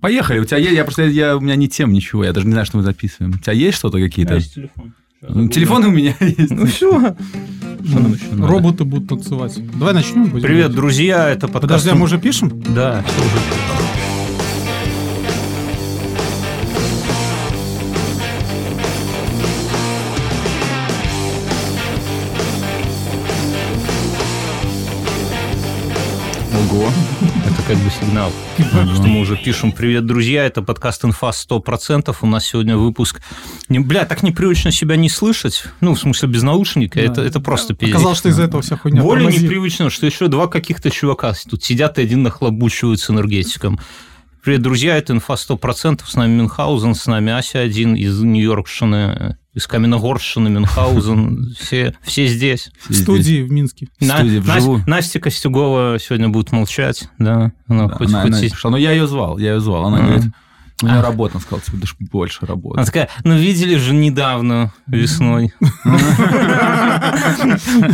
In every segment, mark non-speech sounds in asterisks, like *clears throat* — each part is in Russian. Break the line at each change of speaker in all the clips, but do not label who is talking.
Поехали. У тебя есть... Я просто... Я, у меня не тем ничего. Я даже не знаю, что мы записываем. У тебя есть что-то
меня
какие-то?
есть телефон. Сейчас
Ну,
забуду.
Телефон у меня *laughs* есть.
Ну все.
Что нам еще надо?
Роботы будут танцевать. Давай начнем. будем
Привет,
делать.
друзья, это подкаст...
Подожди, а мы уже пишем?
Да. Ого. Это как бы сигнал,
Типа,
что мы уже пишем «Привет, друзья!» Это подкаст «Инфа 100%». У нас сегодня выпуск... Не, бля, так непривычно себя не слышать. Ну, в смысле, без наушника.
Да.
Это, это просто пиздец.
Оказалось, что из-за этого вся хуйня.
Более
Тормози.
непривычно, что еще два каких-то чувака тут сидят и один нахлобучивают с энергетиком. Привет, друзья, это «Инфа 100%», с нами Мюнхгаузен, с нами Ася один из Нью-Йоркшины, из Каменогорщины, Мюнхгаузен, все, все здесь.
В студии в Минске.
В студии,
Нас-
вживую.
Настя Костюгова сегодня будет молчать, да, она
Да,
хоть,
она-
хоть
она-
и-
что, Ну, я ее звал, я ее звал. Она
Мгм.
говорит, у меня
Ах.
работа. Она сказала, тебе больше
Она
работы.
такая, ну видели же недавно весной.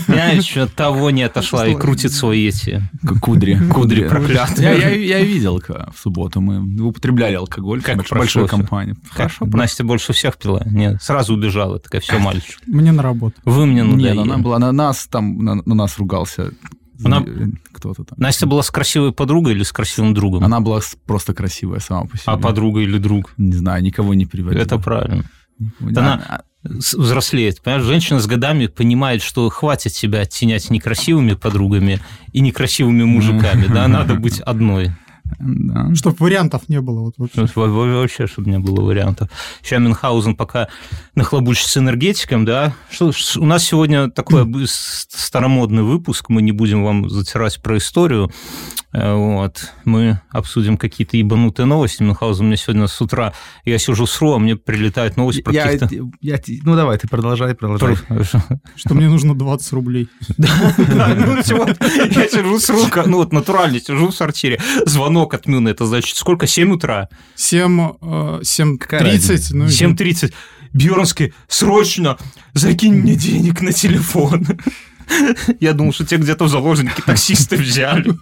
Я еще того не отошла и крутит свои эти
К- Кудри.
*laughs* кудри проклятые.
Я, я, я видел к- в субботу. Мы употребляли алкоголь
Как
в большой
прошло всё?
компании.
Хорошо. Настя больше всех пила. Нет, сразу убежала. Такая, все, мальчик.
Мне на работу.
Вы мне
Не,
надоели.
ну, она была на нас там, на, на нас ругался
Она-
э, кто-то там.
Настя была с красивой подругой или с красивым другом?
Она была с- просто красивая сама по себе.
А подруга или друг?
Не знаю, никого не приводила.
Это правильно.
Никого не-
Да она-
А- а-
С- Взрослеет. Понимаешь, женщина с годами понимает, что хватит себя оттенять некрасивыми подругами и некрасивыми мужиками. Да, надо быть одной.
А, да.
Чтоб вариантов не было. Вот, вообще.
Во- во- Вообще, чтобы не было вариантов. Сейчас Мюнхгаузен пока нахлобучит с энергетиком, да. Что, ж, у нас сегодня такой бы- с- старомодный выпуск, мы не будем вам затирать про историю. Э, Вот. Мы обсудим какие-то ебанутые новости. Мюнхгаузен мне сегодня с утра... Я сижу с РУ, а мне прилетает новость про
Я-
каких-то...
я те- ну давай, ты продолжай, продолжай.
про- э,
Что мне нужно 20 рублей.
Да, ну всё, я сижу с рука, ну вот натурально сижу в сортире. Звонок от Мюна, это значит сколько? 7 утра.
7, э, 7.30.
разница?
ну,
7.30. Бьернский, срочно закинь мне денег на телефон. Я думал, что те где-то в заложники таксисты взяли.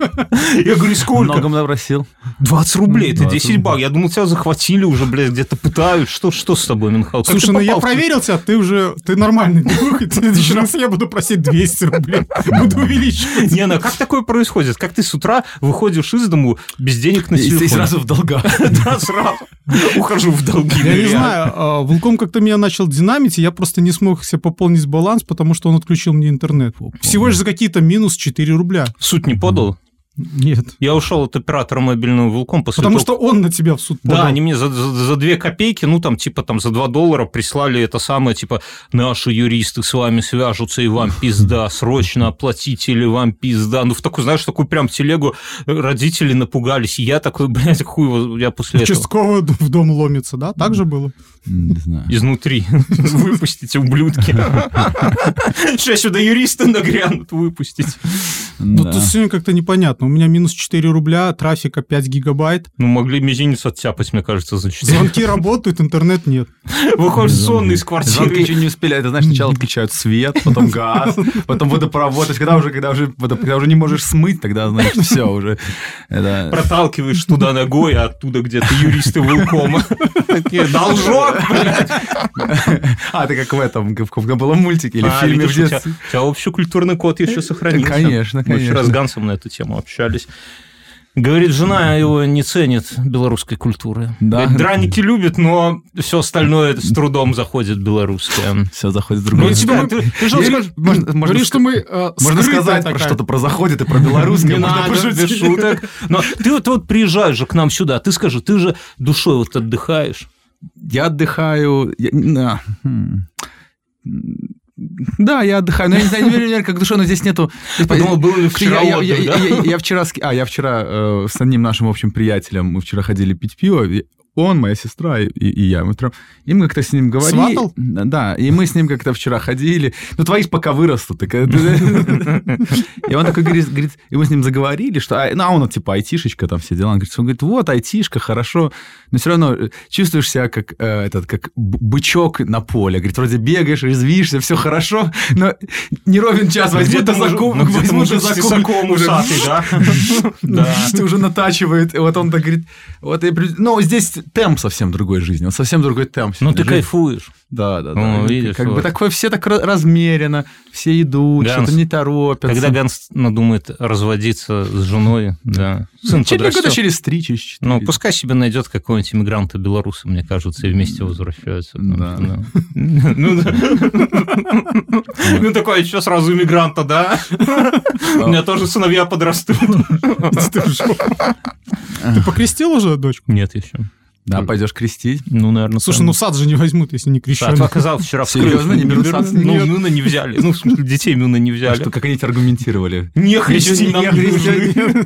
Я говорю, сколько?
Много много просил.
20 рублей, это
20
10 бак. Я думал, тебя захватили уже, блядь, где-то пытают. Что, что с тобой, Минхал? Как ты
Слушай, ну я
попал в-
проверил тебя, ты уже, ты нормальный друг, и в следующий раз я буду просить 200 рублей, буду увеличивать.
Не, ну как такое происходит? Как ты с утра выходишь из дому без денег на
И ты
телефон?
сразу в долгах.
*laughs* Да, сразу. Ухожу в долги.
Я не
реально.
знаю, а, Вулком как-то меня начал динамить, и я просто не смог себе пополнить баланс, потому что он отключил мне интернет.
Пополнил.
Всего лишь за какие-то минус 4 рубля.
В суд не подал.
Нет.
Я ушел от оператора мобильного Вулком после
Потому
того,
что он на тебя в суд
Да,
подал.
они мне за, за, за две копейки, ну там типа там за 2 доллара прислали это самое, типа наши юристы с вами свяжутся и вам пизда, срочно оплатите или вам пизда. Ну в такую, знаешь, такую прям телегу э, родители напугались. И я такой, блядь, хуй, его- я после этого
Участковый д- *laughs* в дом ломится, да? Так же было?
Не знаю.
изнутри. *laughs* Выпустите, ублюдки. Сейчас сюда юристы нагрянут, выпустить.
Ну,
Да.
тут сегодня как-то непонятно. У меня минус 4 рубля, трафика 5 гигабайт,
Ну, могли мизинец оттяпать, мне кажется, за 4.
звонки *laughs* работают, интернет нет.
Выходишь сонный из
Звонки
квартиры.
еще не успели, это знаешь, сначала отключают свет,
*laughs*
потом газ, потом водопровод. То есть, когда уже, когда уже, водо- когда уже не можешь смыть, тогда,
*laughs*
значит, все уже. Это...
Э, проталкиваешь туда ногой, а оттуда где-то юристы Вилкома. Такие, *laughs* Должок, блядь!
А, ты как в этом, как в каком мультике *laughs* или в
А,
фильме в
видишь, у тебя-
детстве. Э,
У тебя общекультурный код еще сохранился.
Конечно,
Мы вчера с
конечно.
Гансом на эту тему общались. Говорит, жена его не ценит белорусской культуры.
Да.
Говорит, драники любит, но все остальное с трудом заходит белорусское.
Все заходит в
Ну,
другой.
у тебя, ты, ты же
Или-
скажешь,
можно- можно
Говоришь,
ска-
что мы э,
Можно
скрытая
сказать про
такая.
что-то про заходит
*laughs*
и про белорусское.
Не
можно
надо,
пошутить.
без шуток. Но ты вот, вот приезжаешь же к нам сюда, ты скажи, ты же душой вот отдыхаешь.
Я отдыхаю. я- на, хм. Да, я отдыхаю. Но я не знаю, не верю, наверное, как душа, но здесь нету.
Ты подумал, был ли вчера
Типа, я, я- я-
отдых,
я-
да?
я- я вчера, с- а я вчера э, с одним нашим общим приятелем мы вчера ходили пить пиво. и он, моя сестра и, и я. Мы втроем. И мы как-то с ним говорили.
Сватал?
Да, и мы с ним как-то вчера ходили. Ну, твои ж пока вырастут. так, э,
*laughs*
И он такой говорит, говорит, и мы с ним заговорили, что, а, ну, а он типа айтишечка, там все дела. Он говорит, он говорит, вот, айтишка, хорошо, но все равно э, чувствуешь себя как э, этот, как б- бычок на поле. Говорит, вроде бегаешь, резвишься, все хорошо, но не ровен час возьмут
Где-то
да
мужик-
закон,
ну, где-то
возьмут да
мужик с
закон *laughs*
тесаком
уже.
*laughs* усатый, да? Да.
Ты *laughs* уже натачивает. И вот он так говорит, вот и... при- Ну, здесь темп совсем другой жизни, он совсем другой темп.
Ну, ты
сегодня жизни.
кайфуешь.
Да, да, да.
Ну,
И
видишь,
как бы
вот.
такое, все так ра- размеренно, все идут,
Ганс.
что-то не торопятся.
Когда Ганс думает разводиться с женой, да. Сын
Через года
подрастет.
через три, через четыре.
Ну, пускай себе найдет какого-нибудь иммигранта белоруса, мне кажется, и вместе возвращаются.
Да.
Ну, *laughs* да. Ну, такой, еще сразу иммигранта, *laughs* да? У меня тоже сыновья подрастут.
*laughs* Ты что? Ты покрестил уже дочку?
*laughs* Нет еще.
Да, пойдешь А крестить.
Ну, наверное,
Слушай, ну сад же не возьмут, если не *laughs*
Сад
крещеный.
показал вчера вскрыл.
Серьезно, не берут сад?
Ну,
Нет.
Мюна не взяли. Ну, в смысле, детей Мюна не
А
взяли.
что, как они тебя аргументировали?
Не
Еще
христи
не
нам
христи-
нужны.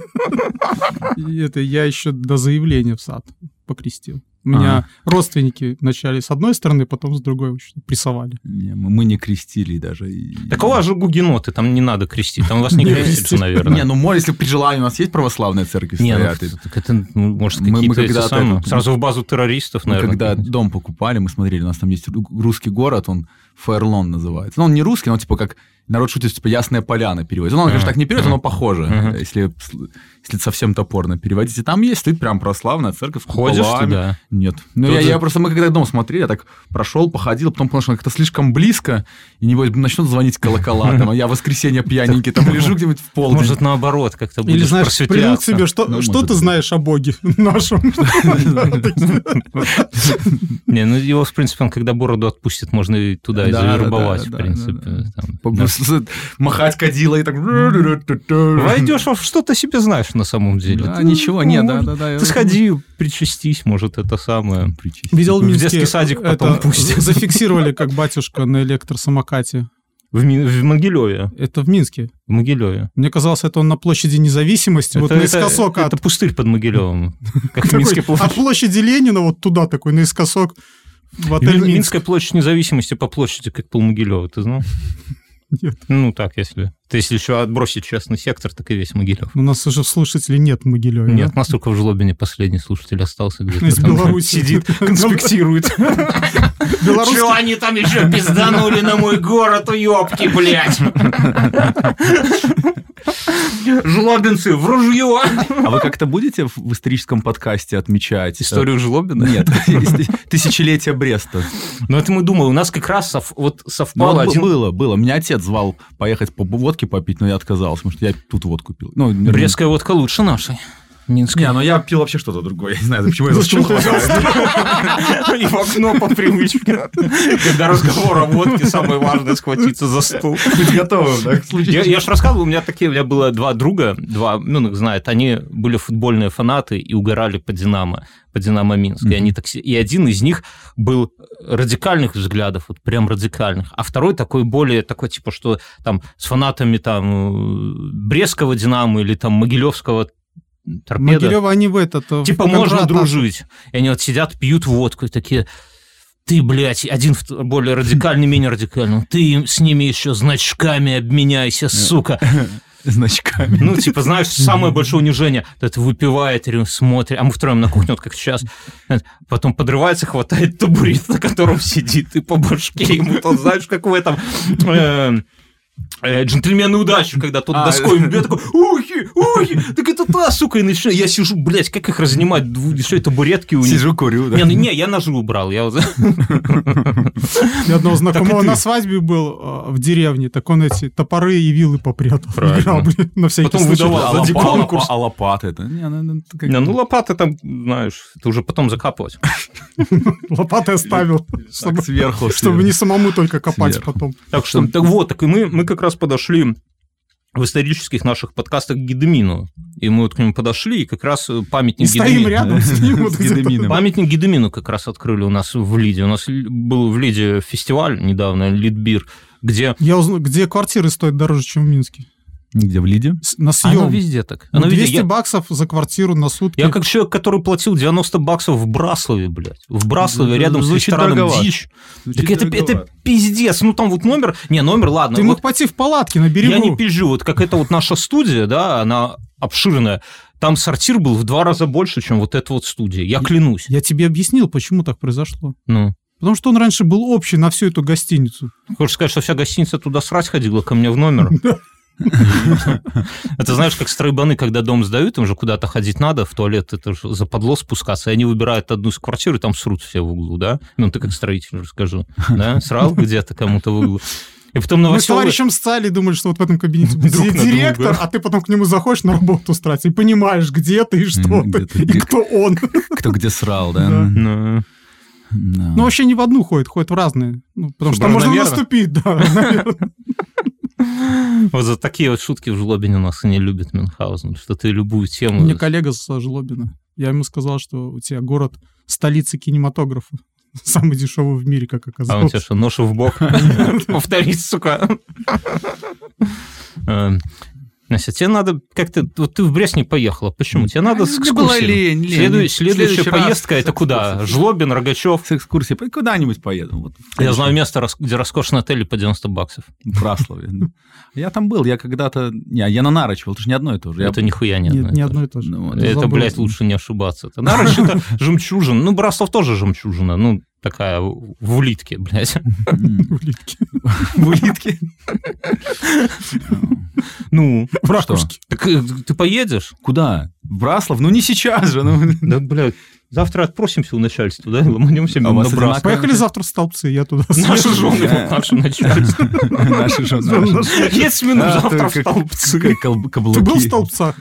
И Это я еще до заявления в сад покрестил. У меня родственники вначале с одной стороны, потом с другой в общем, прессовали.
Не, мы мы не крестили даже. и-
Так у вас же гугеноты, там не надо крестить, там вас не
Не
крестится,
*laughs*
крестить.
Не,
наверное.
ну, может, если при желании у нас есть православная церковь
Не, ну,
стоят, и-
так это, ну, может,
Мы- мы
какие-то эти
когда-то
самые-
это-
Сразу в базу террористов,
Мы
наверное.
когда
какие-нибудь.
дом покупали, мы смотрели, у нас там есть ру- русский город, он Фаерлон называется. Ну, он не русский, но типа как народ шутит, типа Ясная Поляна переводится. Ну, он, конечно,
Мгм.
так не переводит, но похоже,
Мгм.
если, сл- если совсем топорно переводить. И там есть, стоит прям православная церковь. с
Ходишь
куполами.
туда?
Нет. Ну,
Тут
я,
же-
я просто, мы когда дом смотрели, я так прошел, походил, потом понял, что как-то слишком близко, и небось начнут звонить колокола, там, а я в воскресенье пьяненький, там лежу где-нибудь в полдень.
Может, наоборот, как-то будешь
Или, знаешь, придут к
просветляться.
себе, что,
Ну,
что
может
ты
быть.
знаешь о Боге *laughs* нашем?
Не, ну его, в принципе, он когда бороду отпустит, можно и туда и
Да, да,
завербовать,
да,
в
да,
принципе.
да,
там.
Махать кадилой и так...
Войдешь, а что ты себе знаешь на самом деле?
Да,
Ты,
ничего,
ну,
нет, да,
может,
да, да. я-
Ты сходи, причастись, может, это самое.
Причистить.
Видел
В
в Минске...
детский садик потом
это
пустят.
Зафиксировали, как батюшка на электросамокате.
В, Ми- в Могилеве.
Это в Минске.
В Могилеве.
Мне казалось, это он на площади независимости, вот
это,
наискосок
это-
от...
это пустырь
*laughs*
под Могилевым. Как в
такой,
Минской площади.
от площади Ленина вот туда такой, наискосок в отель
Мин-
Минск.
Минская площадь независимости по площади, как Полмогилева, ты *laughs* знал?
Нет.
Ну, так, если... Ты если еще отбросить частный сектор, так и весь Могилев.
У нас уже слушателей нет в Могилеве.
Нет,
да?
у нас только в Жлобине последний слушатель остался где-то.
Из
там
Беларуси.
Сидит, конспектирует.
Белорусский-
Чего они там еще пизданули на мой город, уёбки, *laughs* блядь? Жлобинцы, в ружье!
А вы как-то будете в в историческом подкасте отмечать? э,
Жлобина?
Нет, тысячелетие Бреста.
Ну, это мы думали, у нас как раз сов- вот
Ну,
совпало
вот б-
один...
Было, было. Меня отец звал поехать по водке попить, но я отказался, потому что я тут водку пил. Ну, вернее,
Брестская водка лучше нашей.
Не,
Минская.
но я пил вообще что-то другое. Я не знаю, почему я
Ну,
за
Зачем
стул
ты взял
хватаюсь.
И в окно по привычке. Когда разговор о водке, самое важное схватиться за стул.
Быть готовым, да, к случаю.
Я, же рассказывал, у меня такие, у меня было два друга, два, ну, их знает, они были футбольные фанаты и угорали по «Динамо», по «Динамо Минск». И, они так, се- и один из них был радикальных взглядов, вот прям радикальных, а второй такой более, такой типа, что там с фанатами там э, Брестского «Динамо» или там Могилевского торпеда.
Могилева они в этот... э, в
Типа, можно
контрат-
дружить. И они вот сидят, пьют водку и такие... Ты, блядь, один в- более радикальный, менее радикальный. Ну, Ты им- с ними еще значками обменяйся, сука.
*laughs* Значками.
Ну, типа, знаешь, самое большое унижение. Это выпивает, рю- смотрит, а мы втроем на кухне, вот как сейчас. Потом подрывается, хватает табурет, на котором сидит, и по башке ему, то знаешь, как в этом... э, э, джентльмены удачи, когда тот
А,
доской
*laughs*
бьет, такой, ухи, ухи, так это та, сука, и начинаю, я сижу, блядь, как их разнимать, еще и табуретки у них.
Сижу, курю, да.
Не, ну, не, я ножи убрал, я вот-
У меня одного знакомого
ты.
на свадьбе был э, в деревне, так он эти топоры и вилы попрятал.
Правильно.
Играл, блин, на всякий
Потом
случай.
выдавал.
А
за
лопа-
конкурс.
А лопаты? это- Не, ну, ну, как-
*laughs* Не, ну лопаты там, знаешь, это уже потом закапывать.
Лопаты оставил,
*laughs* так,
чтобы,
сверху.
чтобы не самому только копать
Сверху.
потом.
Так что, так вот, так и мы, мы как раз подошли в исторических наших подкастах к Гедемину. И мы вот к нему подошли, и как раз э,
И
памятник
стоим
Гедемину-
рядом с ним. вот
С
где-то.
Гедемином.
Памятник Гедемину как раз открыли у нас в Лиде. У нас л- был в Лиде фестиваль недавно, Лидбир, где
Я узнал, где квартиры стоят дороже, чем в Минске.
Где, в Лиде?
С- На
Оно
съем.
везде так.
Ну,
Оно везде.
200
Я-
баксов за квартиру на сутки.
Я как человек, который платил 90 баксов в Браслове, блядь. В Браслове,
Ну,
рядом с
звучит
рестораном
дороговато.
«Дичь». Так это, это пиздец. Ну, там вот номер... Не, номер, ладно.
Ты
ну, вот
мог пойти в палатке на берегу.
я не пизжу. Вот как это вот наша студия, да, она обширная. Там сортир был в два раза больше, чем вот эта вот студия. Я клянусь.
Я тебе объяснил, почему так произошло.
Ну.
Потому что он раньше был общий на всю эту гостиницу.
Хочешь сказать, что вся гостиница туда срать ходила ко мне в номер? Это знаешь, как стройбаны, когда дом сдают, им же куда-то ходить надо, в туалет это же западло спускаться, и они выбирают одну из квартир, и там срут все в углу, да? Ну, ты как строитель, расскажу. Да? Срал где-то кому-то в углу. И потом
Мы с
новоселы...
товарищем сцали и думали, что вот в этом кабинете будет
Друг на
директор,
друга.
а ты потом к нему заходишь на работу устраиваться и понимаешь, где ты и что
М,
ты,
где ты,
и
где-
кто он.
Кто где срал,
Да.
да?
Ну,
Да.
Ну, вообще не в одну ходит, ходит в разные. Ну, потому что там можно
Наверно.
наступить, *laughs* да.
Вот за такие вот шутки в Жлобине у нас и не любит Мюнхгаузен, что ты любую тему...
Мне коллега с Жлобина, я ему сказал, что у тебя город столица кинематографа. *laughs* Самый дешевый в мире, как
А он
оказалось.
тебе что, нож в бок? Повторить, *laughs* сука. Эм, Настя, тебе надо как-то... Вот ты в Брест не поехала. Почему? Тебе надо с
Мне была
экскурсией.
лень, лень.
Следующая,
В следующий раз
поездка
с
это куда?
экскурсией.
Жлобин, Рогачев.
С экскурсией пой- куда-нибудь поеду. Вот,
А Я знаю место, рас- где роскошные отели по 90 баксов.
В Браславе. Ну, Я там был, я когда-то... Не, я на Нарочи был, это же не одно и то же. Я
Это нихуя не
Нет,
одно и
ни одно и
то же.
то же.
Ну, вот.
*laughs*
Я
Это,
забыл.
блядь, лучше не ошибаться. Это Нарыч это жемчужина. Ну, Браслов тоже жемчужина. Ну, такая в в улитке, блядь. *laughs*
М,
Улитки.
В улитке? Ну,
В
Что?
ракушке.
так э, ты поедешь?
Куда? В Браслав? Ну не сейчас же. ну.
Да, блядь, завтра отпросимся у начальства, да, и ломанемся
А
мимо
у вас
Браслова.
одинаково?
*laughs* Поехали завтра в столбцы, я туда.
*laughs*
съезжу.
Наши жены, вот наше *laughs* начальство.
Наши же наши.
Есть минут
А,
завтра в
только
столбцы.
к- кабл- Каблуки.
Ты был в столбцах?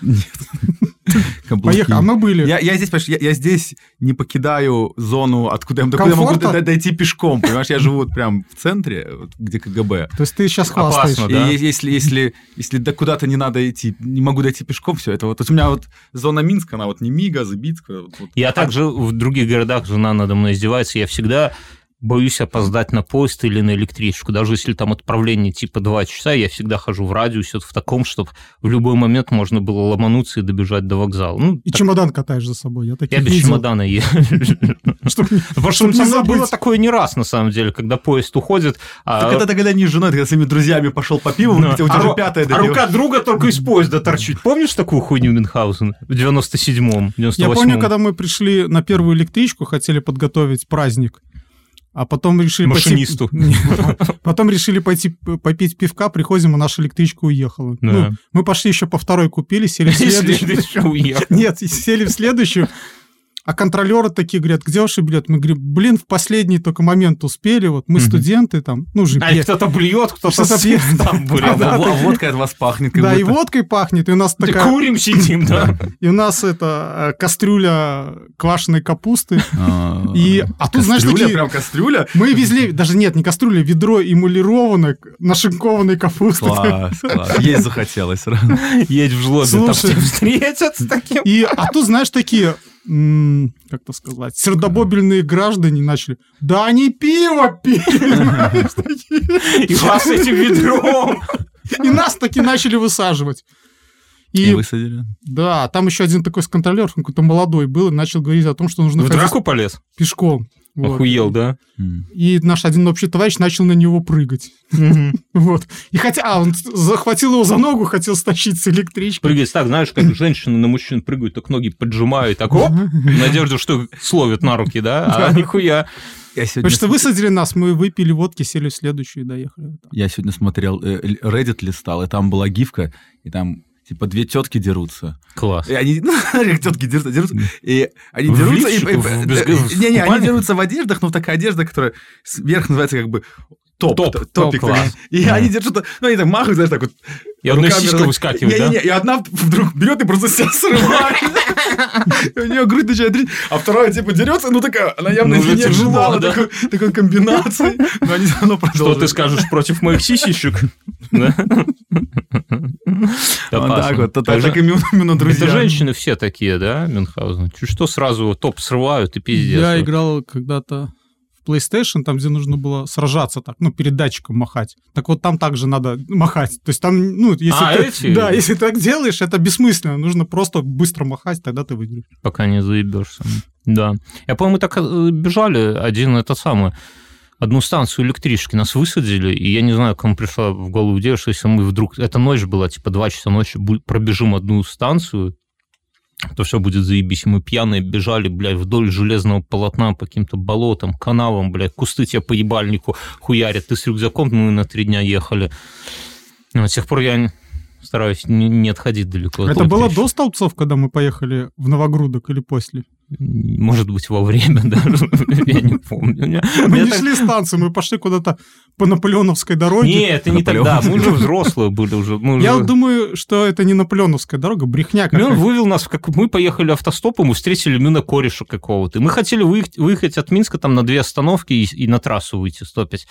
Каблуки.
Поехали, а мы были.
Я, я здесь, понимаешь, я, я здесь не покидаю зону, откуда я, докуда я могу
Комфорта?
до- дойти пешком, понимаешь? Я живу вот прям в центре, вот где КГБ.
То есть ты сейчас
Опасно,
хвастаешь.
Ну
И
да.
е- если, если, если до куда-то не надо идти, не могу дойти пешком, все это вот. Вот у меня вот зона Минска, она вот не Мига, Забитска. вот- вот.
Я также в других городах жена надо мной издевается, я всегда боюсь опоздать на поезд или на электричку. Даже если там отправление типа 2 часа, я всегда хожу в радиусе вот в таком, чтобы в любой момент можно было ломануться и добежать до вокзала. Ну,
И
так
чемодан катаешь за собой. Я таких
я без
видел.
чемодана езжу.
Ну, Чтоб не-
Потому что у
Чтоб не
меня было
забыть.
такое не раз, на самом деле, когда поезд уходит, а
Так это когда не с женой, ты когда с своими друзьями пошел по пиву,
Ну,
у тебя
а
уже
ру-
пятая
А
добилась.
рука друга только из поезда торчит. Помнишь такую хуйню Мюнхгаузен в 97-м, 98-м?
Я помню,
*laughs*
когда мы пришли на первую электричку, хотели подготовить праздник. А потом решили... пойти- *laughs*
Машинисту.
Нет. Потом решили пойти п- попить пивка, приходим, а наша электричка уехала.
Да.
Ну, мы пошли еще по второй купили, *laughs* сели в следующую.
Следующий уехал.
Нет, и сели в следующую. А контролеры такие говорят, где ваш билет? Мы говорим, блин, в последний только момент успели, вот мы
Мгм.
студенты там, ну же,
А
пе-
и кто-то блюет, кто-то
Что-то
съест там,
А,
блин.
во-
да.
во- водка от вас пахнет. как
Да, и
будто.
водкой пахнет, и у нас
Да
такая,
Курим, сидим, *laughs* да.
и у нас это э, кастрюля квашеной капусты.
А,
И, а тут, знаешь,
кастрюля,
такие-
прям кастрюля.
Мы везли, даже нет, не кастрюля, ведро эмулированной, к- нашинкованной капусты.
Класс, класс. Есть захотелось сразу.
Едь в жлобе, там
*laughs* Слушай.
тебя встретят с таким.
И, а тут, знаешь, такие, м, как то сказать, сердобобельные граждане начали, да они пиво пили.
И вас с этим *laughs* ведром.
И нас таки начали высаживать.
И
И
высадили.
да, там еще один такой с контролер, он какой-то молодой был, и начал говорить о том, что нужно
В
ходить
драку полез?
пешком. Вот.
Охуел, да?
М.
И наш один общий товарищ начал на него прыгать. *laughs* Вот. И хотя... А, он захватил его за ногу, хотел стащить с электрички.
Прыгать так, знаешь, как женщины на мужчин прыгают, так ноги поджимают, так *laughs* оп, в надежде, что их словят на руки, да? А нихуя.
Я сегодня
Потому что высадили нас, мы выпили водки, сели в следующую и доехали.
Я сегодня смотрел, э, л- Reddit листал, и там была гифка, и там типа две тетки дерутся.
Класс.
И они, *laughs* ну, как тетки дерутся, дерутся, и они
В
дерутся... и-
лифчиках,
и-
в без-
э,
в
Не-не, они
купальниках?
дерутся в одеждах, но такая одежда, которая сверх называется как бы топ.
Топ,
т-
топ,
топик.
класс.
такой. И они держат, ну, они так махают, знаешь, так вот.
И одна
руками
сиська
раз-
выскакивает, да?
Не-не-не, и одна вдруг берет и просто себя срывает. И У нее грудь начинает дрить, а вторая типа дерется, ну такая, она явно
Ну, уже
не
тяжело,
ожидала
да.
такой- такой комбинации, но они все равно
Что ты
продолжили.
скажешь против
*laughs*
моих сисищек? Да?
Ну, Вот так
Опасно.
вот,
Так
так
же-
так и мимо- именно друзья.
Это женщины все такие, да, Мюнхгаузен? Чуть что сразу топ срывают и пиздец.
Я
Вот.
играл когда-то в PlayStation, там, где нужно было сражаться так, ну, перед датчиком махать. Так вот там также надо махать. То есть там, ну, если,
А,
ты,
эти?
Да, если ты так делаешь, это бессмысленно. Нужно просто быстро махать, тогда ты выиграешь.
пока не заебешься. Да. Я помню, мы так э, бежали один это самый одну станцию электрички нас высадили, и я не знаю, кому пришла в голову идея, что если мы вдруг... Это ночь была, типа 2 часа ночи, бу- пробежим одну станцию, то все будет заебись. И мы пьяные бежали, блядь, вдоль железного полотна по каким-то болотам, канавам, блядь, кусты тебя по ебальнику хуярят. Ты с рюкзаком, мы на три дня ехали. Ну, С тех пор я стараюсь не, не отходить далеко. от
это было
электрички.
до столбцов, когда мы поехали в Новогрудок или после?
Может быть, во время *laughs* даже. Я не помню.
Мы
Я
не
так-
шли станцию, мы пошли куда-то по Наполеоновской дороге.
Не, это не
Наполеон.
тогда. Мы уже взрослые были уже. мы
Я
уже-
вот думаю, что это не Наполеоновская дорога, брехня
И он
какая-то.
вывел нас, в как мы поехали автостопом и встретили мина кореша какого-то. И мы хотели выехать, выехать от Минска там на две остановки и, и на трассу выйти 105.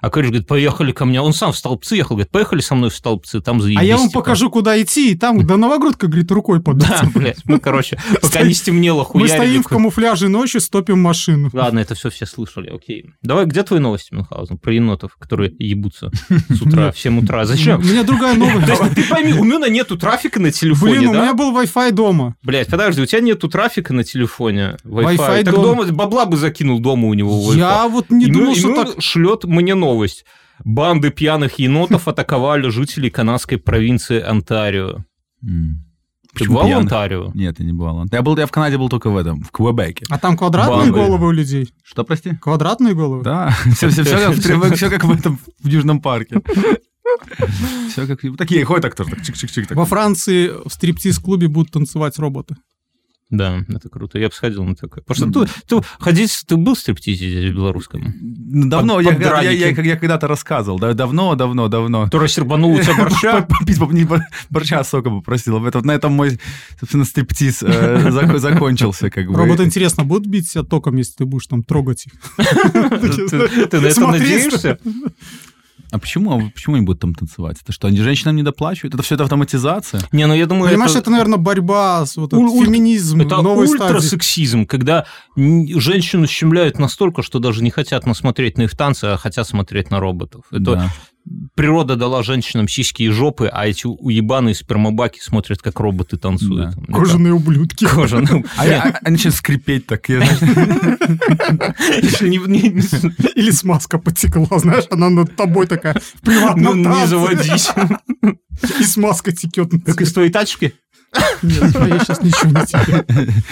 А кореш говорит, поехали ко мне. Он сам в столбцы ехал, говорит, поехали со мной в столбцы, там заебись.
А я вам
типа.
покажу, куда идти, и там до Новогрудка, говорит, рукой подать.
*laughs* Да, блядь, мы, *laughs* короче, пока не стемнело,
Мы
хуярили.
стоим в камуфляже ночью, стопим машину.
Ладно, это все все слышали, окей. Давай, где твои новости, Мюнхгаузен? Про енотов, которые ебутся с утра, в 7 утра. Зачем?
У меня другая
*laughs* То есть
новость.
ты пойми, у Мюна нету трафика на телефоне,
Блин, у
да?
меня был Wi-Fi дома.
Блять, подожди, у тебя нету трафика на телефоне. Wi-Fi.
Wi-Fi
так
дома.
дома бабла бы закинул дома у него Wi-Fi.
Я вот не
И
думал,
Мюн- и
что
Мюн
так...
шлет мне новость. Банды пьяных енотов атаковали жителей канадской провинции Онтарио.
М.
Ты
Почему
бывал в
пьяных?
Онтарио?
Нет, я не бывал. Я, был, я в Канаде был только в этом, в Квебеке.
А там квадратные
Бабы.
головы у людей?
Что, прости?
Квадратные головы?
Да, *laughs* все, все, все, как, в Тревек, всё как в этом в Южном парке. Все как... Такие ходят актеры, так чик-чик-чик.
Во
Так.
Франции в стриптиз-клубе будут танцевать роботы.
Да, это круто. Я бы сходил на такое. Потому что
М.
ты, ты ходить, ты был в стриптизе здесь в белорусском?
Ну, Давно,
Под-
я,
под
я- я- я-
драники.
я когда-то рассказывал, да, давно, давно, давно.
Который сербанул
*laughs*
А у тебя борща?
Попить бы- не бор- борща, а сока попросил. Вот это- На этом мой, собственно, стриптиз э, зак- закончился. как бы.
Роботы, интересно, будут бить себя током, если ты будешь там трогать их?
Ты ты на это
Смотри,
надеешься?
А почему? А вот почему они будут там танцевать? Это что, они женщинам не доплачивают? Это все это автоматизация?
Не, ну я думаю,
Понимаешь, это, наверное, борьба с вот этот
Уль- уль-
феминизм
Это
новой Ну, стадии.
ультрасексизм, когда н- женщину щемляют настолько, что даже не хотят насмотреть на их танцы, а хотят смотреть на роботов. Это
Да.
природа дала женщинам сиськи и жопы, а эти уебаные спермобаки смотрят, как роботы танцуют.
Да.
Ну Мне *laughs*
Кожаные ублюдки. *laughs*
так- Кожаные.
А
*laughs*
я- а- Они сейчас скрипеть так. я, *laughs* знаешь,
Если не- не- не-
Или смазка потекла, знаешь, она над тобой такая в
*laughs* ну,
приватном
Не
танце. *laughs*
заводись.
И смазка текет. на
Как
тебя.
из твоей тачки?
Нет, я сейчас ничего не теряю.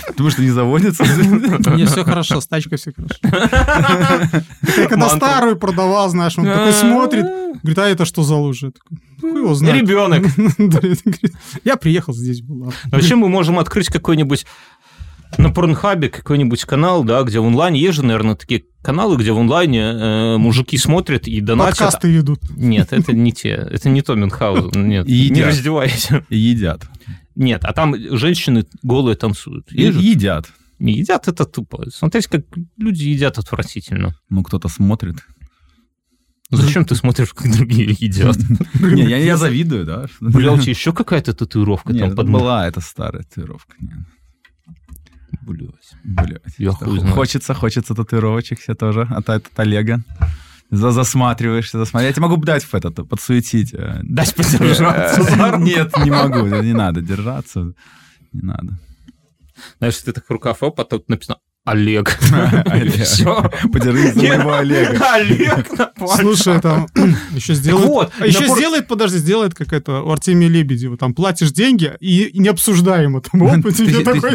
Потому что не заводятся.
Мне все хорошо, с тачкой все хорошо. Я когда
Мантра.
старую продавал, знаешь, он
А,
такой смотрит,
ну,
говорит, а это что за лужа? Я такой, «Ну, Хуй его знает.
Ребенок.
*laughs* Да, это, говорит, Я приехал, здесь а была.
А Вообще мы можем открыть какой-нибудь на Порнхабе какой-нибудь канал, да, где в онлайне есть же, наверное, такие каналы, где в онлайне э, мужики смотрят и донатят.
Подкасты ведут.
Нет, это не те, это не то Мюнхгаузен, нет,
И
не
едят.
раздевайся.
И едят.
Нет, а там женщины голые танцуют.
И
Есть же?
едят.
Не едят, это тупо. Смотрите, как люди едят отвратительно.
Ну, кто-то смотрит.
Зачем ты смотришь, как другие
*laughs*
едят?
Не, я, я завидую, да.
Бля, у тебя еще какая-то татуировка
ну, Нет,
там
это
под мышкой.
была эта старая татуировка. не,
Блядь.
блядь.
Я хуй знает.
Хочется, хочется татуировочек все тоже от, от Олега. За- засматриваешься, засматриваешь. Я тебе могу дать в этот, подсуетить. э,
*laughs* Дать подержаться за руку.
Нет, не могу, не надо держаться. Не надо.
Знаешь, ты так рукав, оп, а тут написано *laughs*
*laughs*
Олег.
Олег.
Все.
Подержись за моего Олега.
*laughs* Олег на
*laughs*
пальце.
Слушай, там *clears throat* еще
Ну,
сделают...
вот,
а еще
набор-
сделает, подожди, сделает как это у Артемия Лебедева. Там платишь деньги и, и необсуждаемо.
*laughs*
Там, оп, и тебе
Ты- ты-
такой...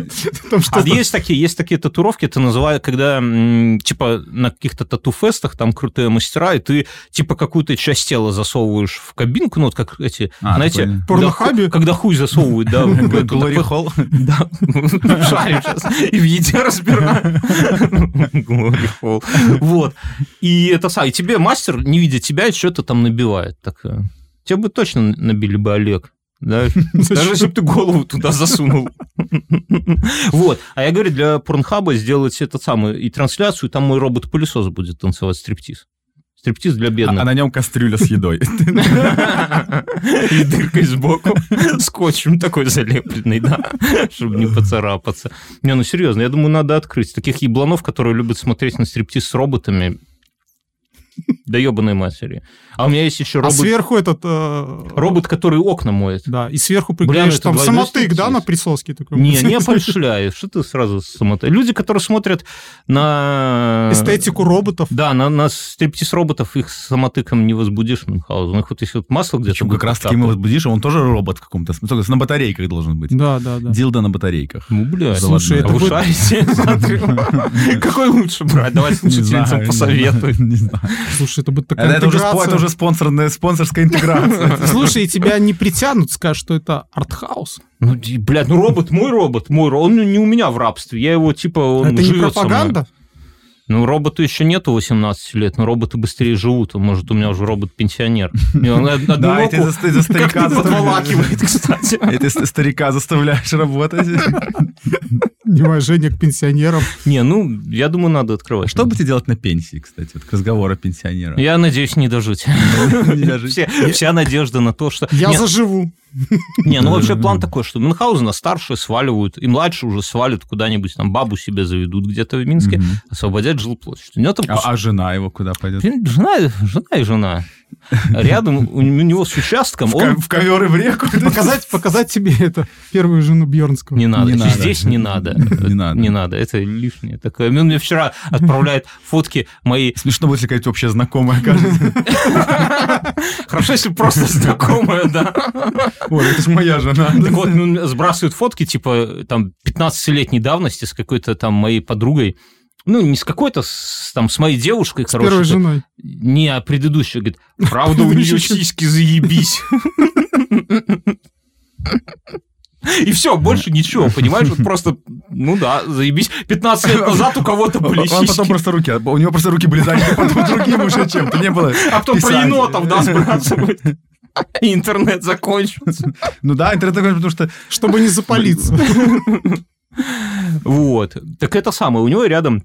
Там
А
что-то...
есть такие, есть такие татуировки, ты называешь, когда, м, типа, на каких-то тату-фестах там крутые мастера, и ты, типа, какую-то часть тела засовываешь в кабинку, ну, вот как эти,
А,
знаете,
такой-
когда
Порнохабе?
ху- Когда хуй засовывают,
*laughs*
да. в
Как
эту
Глори
такой-
Холл.
*laughs* Да, шарим сейчас. И в еде *laughs* разбираем. Glory hole. Вот. И это сам. И тебе мастер, не видя тебя, что-то там набивает. Так, э, Тебя бы точно набили бы Олег. Да? Даже если бы ты голову *laughs* туда засунул. Вот. А я говорю, для порнхаба сделать этот самый и трансляцию, и там мой робот-пылесос будет танцевать стриптиз. Стриптиз для
А, а *laughs*
бедных.
на нем кастрюля с едой.
*laughs*
*laughs*
И дыркой сбоку, скотчем такой залепленный, да, чтобы не поцарапаться. Не, ну серьезно, я думаю, надо открыть. Таких ебланов, которые любят смотреть на стриптиз с роботами, да ебаной матери. А у меня есть еще
А
робот,
сверху этот... э,
робот который окна моет.
Да, и сверху
Бля, ну
приклеишь
это
там
двойной
самотык, да,
стриптиз.
на присоске такой.
Не,
*laughs*
не польшляй, что ты сразу самото... Люди, которые смотрят на...
Эстетику роботов.
Да, на, на стриптиз-роботов их самотыком не возбудишь, Мюнхгаузен. Их вот если вот масло где-то...
Причем
будет
как раз таки мы
капать.
возбудишь, он тоже робот в каком-то смысле. Только на батарейках должен быть.
Да, да, да.
Дилда на батарейках.
Ну, блядь.
Да Слушай,
ладно. это
а вы
будет-
*laughs*
шарите? Смотрю. *laughs* Какой лучше брать? Давай слушательницам посоветуй.
Не знаю.
Слушай, это будет такая
Это это уже спо- это
интеграция.
уже спонсорная- спонсорская *laughs* интеграция.
*laughs* Слушай, и тебя не притянут, скажут, что это артхаус.
Ну, ди- блядь, ну робот, мой робот, мой робот. Он не у меня в рабстве, я его, типа, он
Это не
живет со мной.
пропаганда?
Ну, роботу еще нету 18 лет, но роботы быстрее живут. а Может, у меня уже робот-пенсионер. И он од- одну
Да, и ты
руку
за- ты *laughs* за старика
как-то
заставляешь.
подволакивает, *laughs* кстати.
И ты ст- старика заставляешь *laughs* работать.
Неуважение к пенсионерам.
Не, ну, я думаю, надо открывать.
А Что будете делать на пенсии, кстати, вот к разговору о пенсионерах?
Я надеюсь, не дожить.
*laughs*
*laughs*
Я же-
Все- Вся надежда на то, что...
Я
Не,
заживу.
Не, ну вообще план такой, что Мюнхгаузена старшие сваливают, и младшие уже свалят куда-нибудь, там бабу себе заведут где-то в Минске,
Мгм.
освободят жилплощадь. У него там...
А а жена его куда пойдет?
Блин, Жена, жена и жена. Рядом у у него с участком он...
В ковер и в
*laughs*
реку.
Показать, показать тебе это первую жену Бьернского.
Не надо.
Не ну, надо.
Здесь не надо.
Не надо.
Не надо. Это лишнее такое. Он мне вчера отправляет фотки мои.
Смешно будет, если какая-то общая знакомая окажется.
*laughs* Хорошо, если просто знакомая, да.
Ой, это же моя жена.
Так вот, ну, сбрасывают фотки, типа, там, 15-летней давности с какой-то там моей подругой. Ну, не с какой-то, с, там, с моей девушкой,
С
короче.
первой женой.
Не, а предыдущая. Говорит,
*laughs*
правда, у нее сиськи заебись. И все, больше ничего, понимаешь? Вот просто, ну да, заебись. 15 лет назад у кого-то
*laughs*
были
Он потом
сиськи.
просто руки, а, у него просто руки были заняты *laughs* под другим уже чем-то, не было.
А потом про
писать.
енотов, да, сбрасывают. И интернет закончился.
Ну да, интернет такой, потому что...
Чтобы не запалиться.
Вот. Так это самое. У него рядом,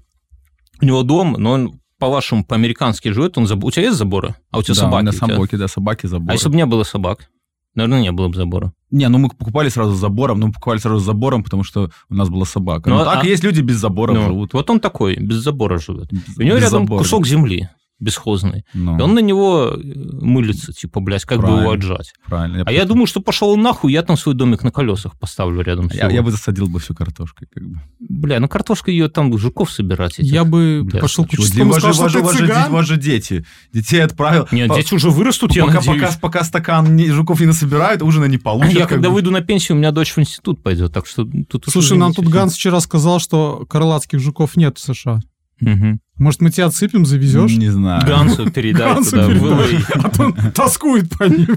у него дом, но он по-вашему по-американски живет. Он заб- У тебя есть заборы? А у тебя
Да,
собаки?
На
у тебя?
собаки, да, собаки
А
забор.
если бы не было собак? Наверное, не было бы забора.
Не, ну мы покупали сразу с забором, ну мы покупали сразу с забором, потому что у нас была собака.
Ну,
Ну так
а-
есть люди без забора
Ну,
живут.
Вот он такой, без забора живет.
Без-
У него
без
рядом
забора.
кусок земли бесхозный.
Ну,
И он на него э, мылится, типа, блядь, как бы его
Правильно.
отжать.
Правильно.
А я думаю, что пошел он нахуй, я там свой домик на колесах поставлю рядом с
Я,
его.
я бы засадил бы всю картошкой, как бы.
Бля, ну картошка ее там жуков собирать. этих. А
Я бы
Бля,
пошел к
Чего, для-
участковому,
вас же-
сказал,
вас же-
что ты
вас же де-
цыган.
вас же дети. Детей отправил.
Нет,
По-
дети уже вырастут, я
пока,
надеюсь.
пока, пока стакан не- жуков не насобирают, ужина не получат.
Я
как
когда
бы.
выйду на пенсию, у меня дочь в институт пойдет, так что тут... уж
Слушай, нам
извините.
тут Ганс вчера сказал, что крылатских жуков нет в США.
Мгм.
Может, мы тебя отсыпем, завезешь?
Не знаю.
Гансу передай
Гансу
туда.
передай.
вылей.
А то он тоскует по
*laughs*
ним.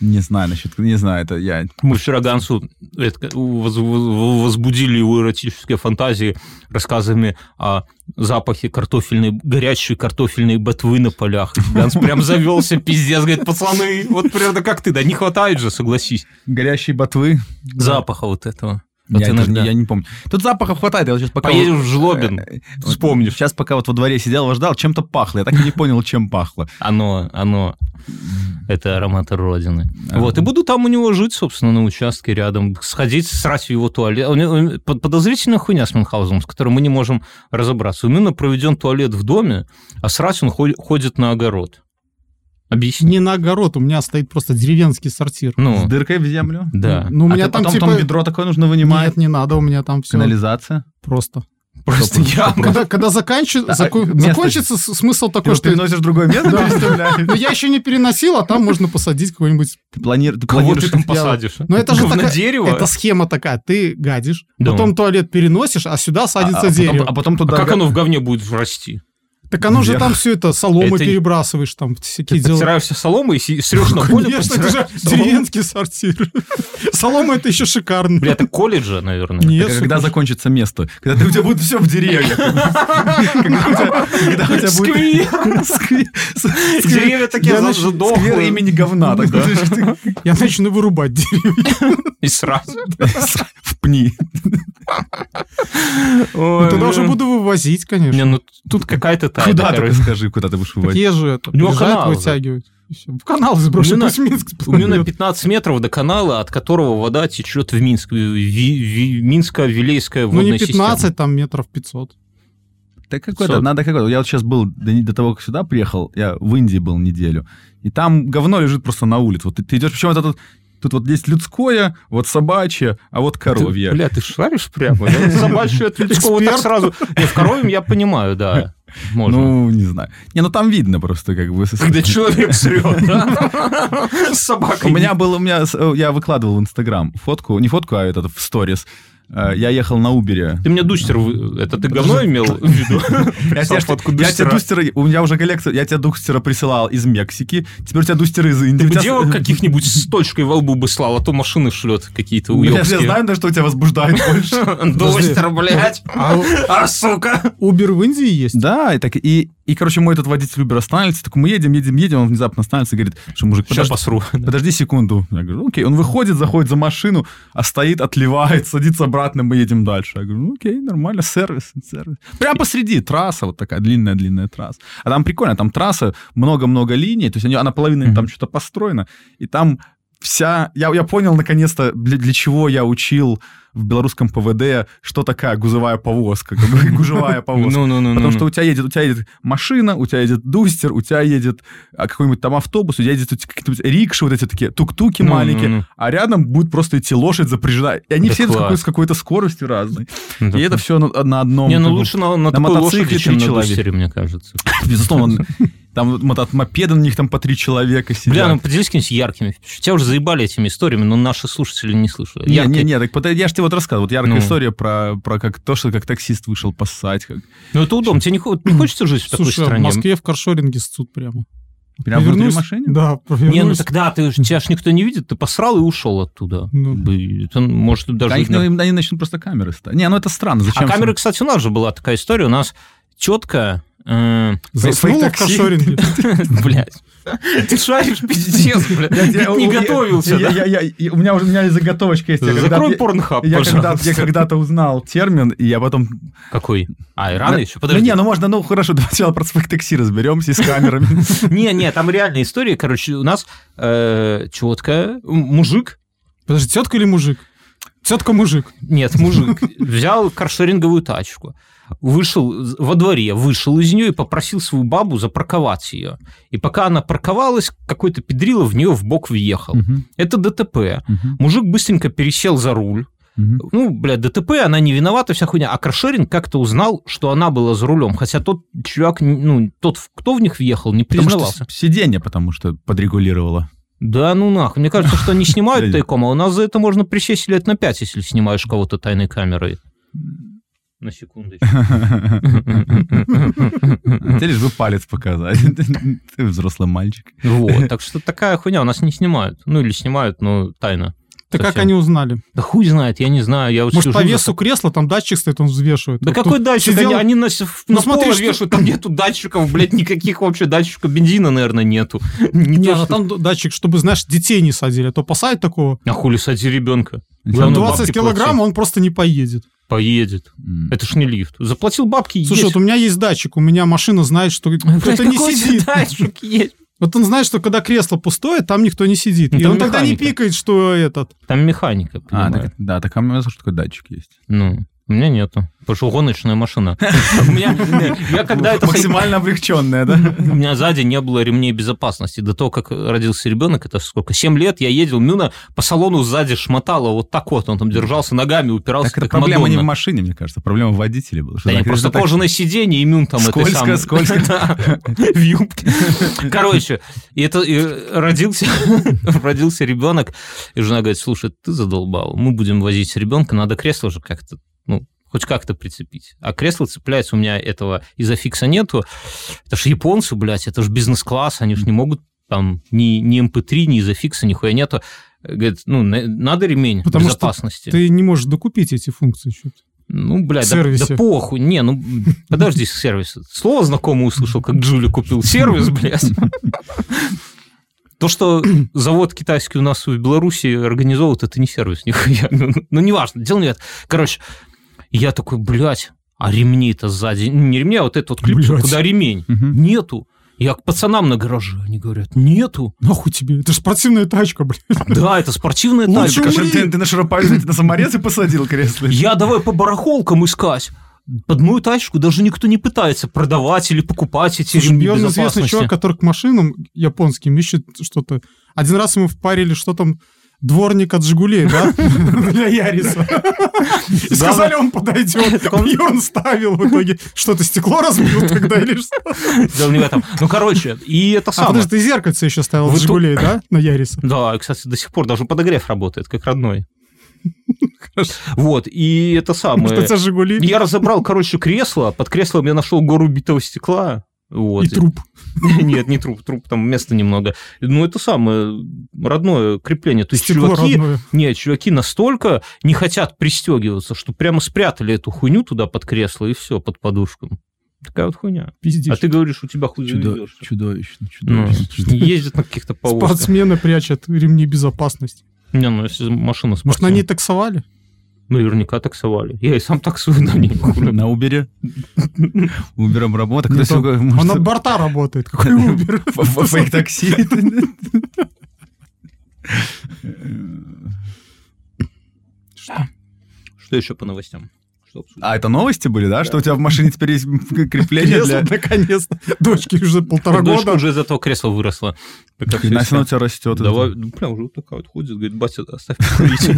Не знаю насчет... Не знаю, это я...
Мы вчера Гансу это, воз- воз- возбудили его эротические фантазии рассказами о запахе картофельной, горячей картофельной ботвы на полях. Ганс прям завелся, пиздец, говорит, пацаны, вот примерно как ты, да не хватает же, согласись,
Горящие ботвы.
запаха вот этого. Вот
Я, даже не-
иногда.
я не помню. Тут запахов хватает. Я вот сейчас пока...
Поедешь в Жлобин,
Вспомнишь. Сейчас, пока вот во дворе сидел, вас ждал, чем-то пахло. Я так и не понял, чем пахло.
Оно, оно, это ароматы Родины.
А.
Ага.
Вот, и буду там у него жить, собственно, на участке рядом, сходить, срать в его туалет. У него э, под- Подозрительная хуйня с Мюнхгаузеном, с которой мы не можем разобраться. У Мюна проведен туалет в доме, а срать он хо- ходит на огород. Объясни.
Не на огород, у меня стоит просто деревенский сортир.
С
Ну,
дыркой в землю.
да.
Ну, у
А
меня
ты
там
потом,
типа...
там ведро такое нужно вынимать.
Нет, не надо, у меня там все
Канализация.
ну, просто.
Просто
Чтоб-
*laughs*
я...
Когда, когда заканчи-
А,
зако-
место-
закончится с- смысл
Ты
такой,
же
что...
переносишь в другое место,
*laughs*
Да.
переставляешь.
Ну, я еще не переносил, а там можно посадить какой-нибудь...
Ты плани- ты
Кого ты
планируешь...
там
делать?
посадишь?
Ну, это же такая...
дерево?
Это схема такая, ты гадишь,
Да.
потом туалет переносишь, а сюда
А- а
садится
потом-
дерево.
А потом
А
туда...
как оно в говне будет расти?
Так оно же
Вверх.
там все это, соломы
Это-
перебрасываешь, там всякие
Ты
дела.
подтираешься соломой и си- срешь на поле?
Ну, Конечно, это же
подтираешь соломой.
деревенский
*laughs*
сортир. Солома это еще шикарно.
Бля, это колледжа, наверное.
Нет,
Так, а когда
сука.
закончится место? Когда ты, у тебя будет все в *laughs* деревьях. Когда у тебя- когда у тебя будет... Сквер.
Деревья такие
Я
за-
начну-
задохлые.
Сквер имени говна. так знаешь, ты-
Я начну вырубать дерево.
И сразу.
*laughs* В пни.
Тогда уже буду вывозить,
Не,
конечно.
ну тут какая-то хватает.
ну Куда ты
короче.
скажи, куда ты будешь выводить?
Где же это?
У него
Приезжают,
канал, да.
вытягивают. И всё. В канал сброшен.
У меня-
Пусть Минск
У меня
всплывёт.
15 метров до канала, от которого вода течет в Минск. Минско-Вилейская
Ну
водная
не 15, там метров 500.
Да какой-то,
Сорок.
надо какой-то. Я вот сейчас был, до, не- до того, как сюда приехал, я в Индии был неделю, и там говно лежит просто на улице. Вот ты, ты идешь, причем это тут, тут вот есть людское, вот собачье, а вот
Ты,
коровье.
бля, ты шаришь прямо? Я собачью атлетику вот так сразу... Не, в коровьем я понимаю, да. Можно.
Ну, не знаю. Не, ну там видно просто как бы.
*laughs*
со-
Когда человек срет, да? С
У
собакой.
меня был, у меня, с- э, я выкладывал в Инстаграм фотку, не фотку, а этот, в сторис. Э, Я ехал на Убере.
Ты меня Дустер... вы- Это ты говно имел в виду?
Я
Прислал
тебе,
фотку
я тебе
Дустера.
Дустера, у меня уже коллекция, я тебе Дустера присылал из Мексики, теперь у тебя Дустер из Индии.
Ты
у
бы
тебя с-
девок каких-нибудь с точкой во лбу бы слал, а то машины шлет какие-то
*laughs* Я, я
уебские.
знаю, на что у тебя возбуждает больше.
Дустер, блядь. *laughs*
А
А, сука!
Убер в Индии есть?
Да, и, так, и, и, короче, мой этот водитель Uber останавливается, так мы едем, едем, едем, он внезапно останавливается и говорит, что мужик,
Сейчас
подожди,
посру.
подожди секунду. Я говорю, окей. Он выходит, заходит за машину, а стоит, отливает, садится обратно, мы едем дальше. Я говорю, ну окей, нормально, сервис, сервис. Прямо посреди трасса вот такая, длинная-длинная трасса. А там прикольно, там трасса, много-много линий, то есть они- она половина
Мгм.
там что-то построена, и там вся... Я, я понял, наконец-то, для, для чего я учил в белорусском ПВД, что такая гузовая повозка, как бы *laughs* гужевая повозка.
Ну-ну-ну.
Потому что у тебя едет, у тебя едет машина, у тебя едет дустер, у тебя едет а, какой-нибудь там автобус, у тебя едет эти какие-нибудь рикши, вот эти такие тук-туки
Ну,
маленькие, а рядом будет просто идти лошадь запряжена. И они
Да
все идут с какой-
класс.
с какой-то скоростью разной.
ну.
И это все на, на одном.
Не, ну
как бы,
лучше на, на,
на
такой
мотоцикле
лошади, чем
три
на
человека.
густере, мне кажется. *laughs*
Безусловно, там вот мото- мопеды на них там по три человека сидят.
Бля, ну поделись какими-нибудь яркими. впечат- Тебя уже заебали этими историями, но наши слушатели не слышали.
не,
Яркие.
не, не, так подай- я же тебе вот рассказывал, вот яркая
Ну.
история про, про как то, что как таксист вышел поссать, как
Ну это удобно. Тебе не, хо- не хочется жить в такой
Слушай, а в
стране?
Москве в каршоринге ссут прямо.
прям
Повернусь-
внутри машины.
Да,
Не, ну
повернусь.
тогда ты, ж- тебя ж никто не видит, ты посрал и ушел оттуда.
Ну.
Как бы, Это, может, даже...
Да, их,
для-
ну, им- они начнут просто камеры ставить. Не, ну это странно, зачем?
а камеры,
всё-
кстати, у нас же была такая история. У нас тетка... э, *laughs*
Заснула в
фейк-такси.
каршоринге.
Блядь. Ты шаришь, пиздец, блядь.
Я- я-
Не
у- я-
готовился,
я-
да?
я- я- я- У меня уже у меня есть заготовочка есть. Я когда-
Закрой
я-
порнхаб,
Я, когда,
пожалуйста.
я когда-то узнал термин, и я потом...
Какой? А, и рано
Ну,
еще? Подожди.
Ну не, ну можно, ну хорошо, *laughs* давай сначала про своих такси разберемся и с камерами.
ну, Не, не, там реальная история. Короче, у нас э, четко мужик,
Подожди, тетка или мужик? Тетка мужик.
нет, *laughs* мужик, взял каршеринговую тачку, вышел з- во дворе, вышел из нее и попросил свою бабу запарковать ее. И пока она парковалась, какой-то педрило в нее в бок въехал. Это ДТП. Мужик быстренько пересел за руль. Ну, бля, ДТП, она не виновата, вся хуйня. А каршеринг как-то узнал, что она была за рулем. Хотя тот чувак, ну, тот, кто в них въехал, не
Потому что
признавался.
с- сиденье, потому что подрегулировало. *laughs*
Да ну нахуй. Мне кажется, что они снимают
Блядь.
тайком, а у нас за это можно присесть лет на пять, если снимаешь кого-то тайной камерой. На секундочку.
Ты лишь бы палец показать. *laughs* Ты взрослый мальчик.
Вот, так что такая хуйня у нас не снимают. Ну или снимают, но тайно.
Да как
Совсем.
они узнали?
Да хуй знает, я не знаю. Я вот
Может,
сижу
по
за-
весу кресла там датчик стоит, он взвешивает.
Да
Вот
какой
тут
датчик?
сидел-
Они, они на,
Ну,
на
смотри,
полы
что-
вешают, там нету датчиков, блядь, никаких вообще датчика бензина, наверное, нету. Не
*laughs* Не,
то,
а
что-
там датчик, чтобы, знаешь, детей не садили, а то посадят такого.
А хули сади ребенка?
там
Главное,
20
ну, бабки
килограмм, он просто не поедет.
Поедет.
М.
Это ж не лифт. Заплатил бабки,
Слушай,
едь.
вот у меня есть датчик, у меня машина знает,
*laughs*
что
Блядь,
кто-то не
какой у тебя
сидит.
датчик есть?
Вот он знает, что когда кресло пустое, там никто не сидит.
Ну,
И
там
он тогда не
механика.
пикает, что этот.
Там механика,
А,
понимаешь?
так- да, так а у меня что такой датчик есть.
Ну, у меня нету. Потому что гоночная *laughs* машина. У меня, я когда это...
Ну, Максимально облегченная, да?
У меня сзади не было ремней безопасности. До того, как родился ребенок, это сколько? 7 лет я ездил, Мюна по салону сзади шмотала вот так вот. Он там держался ногами, упирался,
Так это
как
проблема не в
Мадонна.
машине, мне кажется, проблема в водителе была. что
Да не,
так-
просто
так-
кожаное сиденье и мюн там этой
Скользко,
самой- *laughs*
скользко.
Да,
*laughs*
в юбке. Короче, и это и родился, *laughs* родился ребенок, и жена говорит, слушай, ты задолбал, мы будем возить ребенка, надо кресло же как-то, ну, хоть как-то прицепить. А кресло цепляется, у меня этого изофикса нету. Это же японцы, блядь, это же бизнес-класс, они же не могут там ни, ни MP3, ни изофикса, нихуя нету. Говорит, ну, на- надо ремень
Потому что
безопасности.
Ты не можешь докупить эти функции. еще.
Ну, блядь, да,
Сервисе.
да похуй. Не, *laughs* ну, подожди, сервис. Слово знакомое услышал, как Джули купил сервис, блядь. *laughs* То, что завод китайский у нас в Беларуси ну, организовывают, это не сервис, нихуя. Ну, ну, неважно, дело нет. Короче, я такой, блядь, А ремни-то сзади, не ремни, а вот этот вот клип,
Блядь.
куда ремень,
Мгм.
нету. Я к пацанам на гараже, они говорят, нету.
Нахуй тебе? Это же спортивная тачка, блядь.
Да, это спортивная
Лучше
тачка.
Так, а что
умри.
Ты, ты на шуруповерте, на саморезы посадил кресло?
Я давай по барахолкам искать. Под мою тачку даже никто не пытается продавать или покупать эти
Слушай,
ремни
мне один известный
безопасности.
чувак, который к машинам японским ищет что-то. Один раз ему впарили, что там, дворник от «Жигулей»,
*laughs*
да? Для Яриса. И
Да,
сказали, он подойдет.
*laughs* Так он-
И он ставил в итоге. Что-то стекло разбил тогда или
*laughs*
что?
Дело не в этом. Ну, короче, и это
А
самое.
потому что ты зеркальце еще ставил
Вы
в
ту-
«Жигулей», да? На
*laughs*
Яриса.
Да, и, кстати, до сих пор даже подогрев работает, как
*laughs*
родной. Вот, и это
Может,
самое.
это «Жигули»
Я разобрал, короче, кресло. Под креслом я нашел гору битого стекла. Вот.
и труп.
*laughs* Нет, не труп, труп, там места немного. Ну, это самое родное крепление. То есть
Стекло
чуваки, а
родное.
Нет, чуваки настолько не хотят пристегиваться, что прямо спрятали эту хуйню туда под кресло и все, под подушку. Такая вот хуйня. А
Пиздишь.
ты говоришь, у тебя хуй
Чудо-
заведёшься.
Чудовищно,
Ну,
чудовищно.
ездят на каких-то повозках.
Спортсмены прячут ремни безопасности.
Не, ну если машина
Может, на ней
спортивная.
таксовали?
Наверняка таксовали. Я и сам таксую на ней.
На Убере? Убером работа.
Ну,
Не то. Он от борта работает.
*laughs*
Какой Uber?
Фейк-такси.
Что еще по новостям? Что обсудить?
А это новости были, да? Что у тебя в машине теперь есть крепление
Кресло,
для...
наконец-то. Дочке уже полтора
Дочка
года.
уже из этого кресла выросла. Как
И Настя,
всегда.
оно у тебя растет.
Давай, ну, прям уже вот такая вот ходит, говорит, батя, оставь покурить.